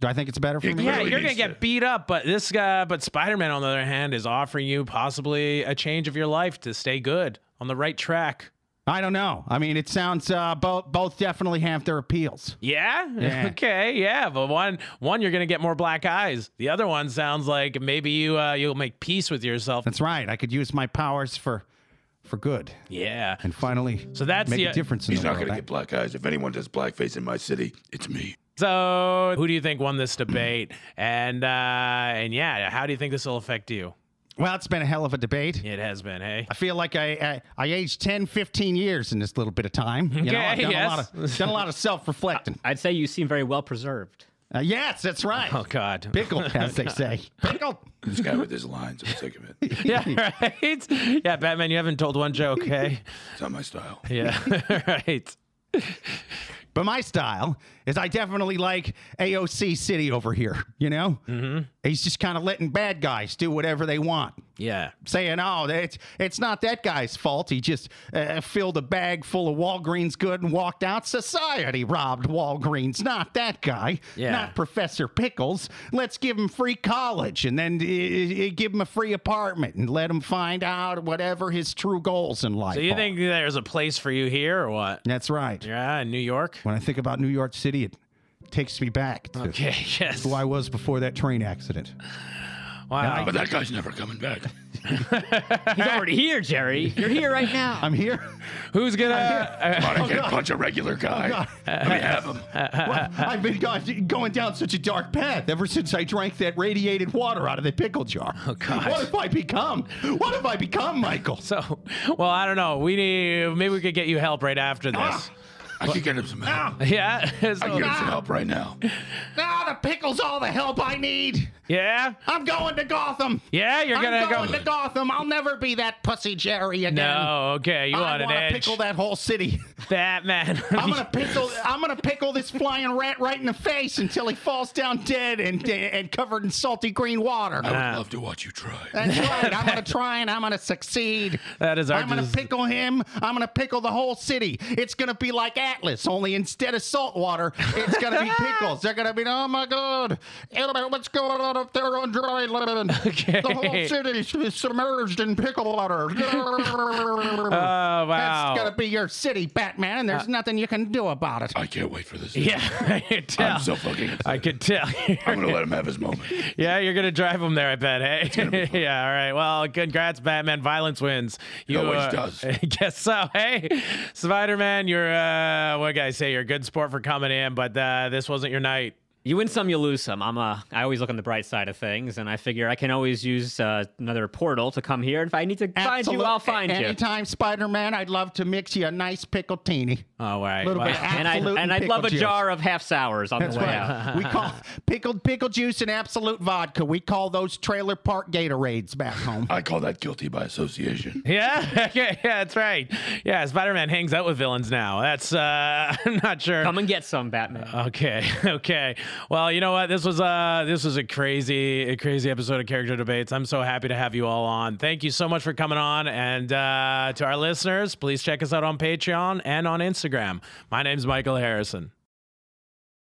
[SPEAKER 5] Do I think it's better for me?
[SPEAKER 2] Yeah,
[SPEAKER 4] Really
[SPEAKER 2] you're gonna
[SPEAKER 4] needs
[SPEAKER 2] get
[SPEAKER 4] to.
[SPEAKER 2] beat up, but this guy, but Spider-Man, on the other hand, is offering you possibly a change of your life to stay good on the right track.
[SPEAKER 5] I don't know. I mean, it sounds uh, both both definitely have their appeals.
[SPEAKER 2] Yeah?
[SPEAKER 5] Yeah.
[SPEAKER 2] Okay. Yeah. But one one you're gonna get more black eyes. The other one sounds like maybe you uh, you'll make peace with yourself.
[SPEAKER 5] That's right. I could use my powers for for good
[SPEAKER 2] Yeah.
[SPEAKER 5] and finally
[SPEAKER 2] So that's
[SPEAKER 5] make
[SPEAKER 2] the uh,
[SPEAKER 5] a difference in
[SPEAKER 4] He's
[SPEAKER 5] the
[SPEAKER 4] not
[SPEAKER 5] world.
[SPEAKER 4] going to get black eyes. If anyone does blackface in my city, it's me.
[SPEAKER 2] So who do you think won this debate? And uh, and yeah, how do you think this will affect you?
[SPEAKER 5] well, it's been a hell of a debate.
[SPEAKER 2] It has been, hey.
[SPEAKER 5] I feel like I, I I aged 10, 15 years in this little bit of time. You know, I've
[SPEAKER 2] Okay,
[SPEAKER 5] done
[SPEAKER 2] yes.
[SPEAKER 5] a lot of done a lot of self reflecting.
[SPEAKER 3] I'd say you seem very well preserved.
[SPEAKER 5] Uh, yes, that's right.
[SPEAKER 2] Oh God.
[SPEAKER 5] Pickle, as they say. Pickle.
[SPEAKER 4] This guy with his lines. I'm sick of it. It's
[SPEAKER 2] Yeah, right. Yeah, Batman, you haven't told one joke, hey.
[SPEAKER 4] not my style.
[SPEAKER 2] Yeah. right.
[SPEAKER 5] But my style is I definitely like AOC City over here. You know, mm-hmm. he's just kind of letting bad guys do whatever they want.
[SPEAKER 2] Yeah.
[SPEAKER 5] saying, "Oh, it's it's not that guy's fault. He just uh, filled a bag full of Walgreens good and walked out. Society robbed Walgreens, not that guy.
[SPEAKER 2] Yeah.
[SPEAKER 5] Not Professor Pickles. Let's give him free college and then uh, uh, give him a free apartment and let him find out whatever his true goals in life.
[SPEAKER 2] Do you
[SPEAKER 5] are.
[SPEAKER 2] think there's a place for you here or what?
[SPEAKER 5] That's right.
[SPEAKER 2] Yeah, in New York.
[SPEAKER 5] When I think about New York City, it takes me back to
[SPEAKER 2] Okay, yes.
[SPEAKER 5] who I was before that train accident.
[SPEAKER 2] Wow.
[SPEAKER 4] But that guy's never coming back.
[SPEAKER 3] He's already here, Jerry. You're here right now.
[SPEAKER 5] I'm here.
[SPEAKER 2] Who's gonna?
[SPEAKER 4] But I can't punch a regular guy. Let me have him.
[SPEAKER 5] Well, I've been go- going down such a dark path ever since I drank that radiated water out of the pickle jar. Oh,
[SPEAKER 2] God.
[SPEAKER 5] What have I become? What have I become, Michael?
[SPEAKER 2] So, well, I don't know. We need. Maybe we could get you help right after
[SPEAKER 5] Ah.
[SPEAKER 2] this.
[SPEAKER 4] I can get him some help.
[SPEAKER 2] Yeah.
[SPEAKER 4] I
[SPEAKER 2] So-
[SPEAKER 4] can get him some help right now.
[SPEAKER 5] Ah, the pickle's all the help I need.
[SPEAKER 2] yeah.
[SPEAKER 5] I'm going to Gotham.
[SPEAKER 2] Yeah. You're
[SPEAKER 5] I'm
[SPEAKER 2] gonna
[SPEAKER 5] going
[SPEAKER 2] go.
[SPEAKER 5] to Gotham. I'll never be that pussy Jerry again.
[SPEAKER 2] No. Okay. You
[SPEAKER 5] I
[SPEAKER 2] want an
[SPEAKER 5] want to
[SPEAKER 2] edge?
[SPEAKER 5] pickle that whole city.
[SPEAKER 2] Batman.
[SPEAKER 5] I'm gonna pickle. I'm gonna pickle this flying rat right in the face until he falls down dead and and covered in salty green water.
[SPEAKER 4] I would love to watch you try.
[SPEAKER 5] That's right. I'm gonna try and I'm gonna succeed.
[SPEAKER 2] That is our
[SPEAKER 5] I'm gonna
[SPEAKER 2] des-
[SPEAKER 5] pickle him. I'm gonna pickle the whole city. It's gonna be like Atlas, only instead of salt water, it's gonna be pickles. They're gonna be, oh my god, Elmer, what's going on up there on dry land?
[SPEAKER 2] Okay.
[SPEAKER 5] The whole city is submerged in pickle water.
[SPEAKER 2] Oh wow.
[SPEAKER 5] That's gonna be your city, Batman, and there's nothing you can do about it.
[SPEAKER 4] I can't wait for this.
[SPEAKER 2] yeah. I could tell.
[SPEAKER 4] I'm so fucking.
[SPEAKER 2] I could tell.
[SPEAKER 4] I'm gonna let him have his moment.
[SPEAKER 2] yeah, you're gonna drive him there, I bet. Hey, yeah, all right. Well, congrats, Batman. Violence wins. You uh,
[SPEAKER 4] always does.
[SPEAKER 2] I guess so. Hey, Spider-Man, you're uh, what did I say? You're a good sport for coming in, but uh, this wasn't your night.
[SPEAKER 3] You win some, you lose some. I'm a, I always look on the bright side of things, and I figure I can always use uh, another portal to come here. And if I need to find you,
[SPEAKER 5] Absolute-
[SPEAKER 3] I'll find
[SPEAKER 5] a-
[SPEAKER 3] you.
[SPEAKER 5] Anytime, Spider Man, I'd love to mix you a nice pickle teeny.
[SPEAKER 2] Oh, All right.
[SPEAKER 5] Little
[SPEAKER 2] well,
[SPEAKER 5] bit.
[SPEAKER 3] And I
[SPEAKER 5] Absolute
[SPEAKER 3] and I'd love a
[SPEAKER 5] pickle juice.
[SPEAKER 3] jar of half sours on
[SPEAKER 5] That's
[SPEAKER 3] the way out.
[SPEAKER 5] right. We call pickled pickle juice and absolute vodka. We call those trailer park Gatorades back home.
[SPEAKER 4] I call that guilty by association.
[SPEAKER 2] Yeah, okay, yeah, that's right. Yeah, Spider-Man hangs out with villains now. That's uh I'm not sure.
[SPEAKER 3] Come and get some, Batman.
[SPEAKER 2] Okay. Okay. Well, you know what? This was uh this was a crazy a crazy episode of Character Debates. I'm so happy to have you all on. Thank you so much for coming on and uh to our listeners, please check us out on Patreon and on Instagram. My name's Michael Harrison.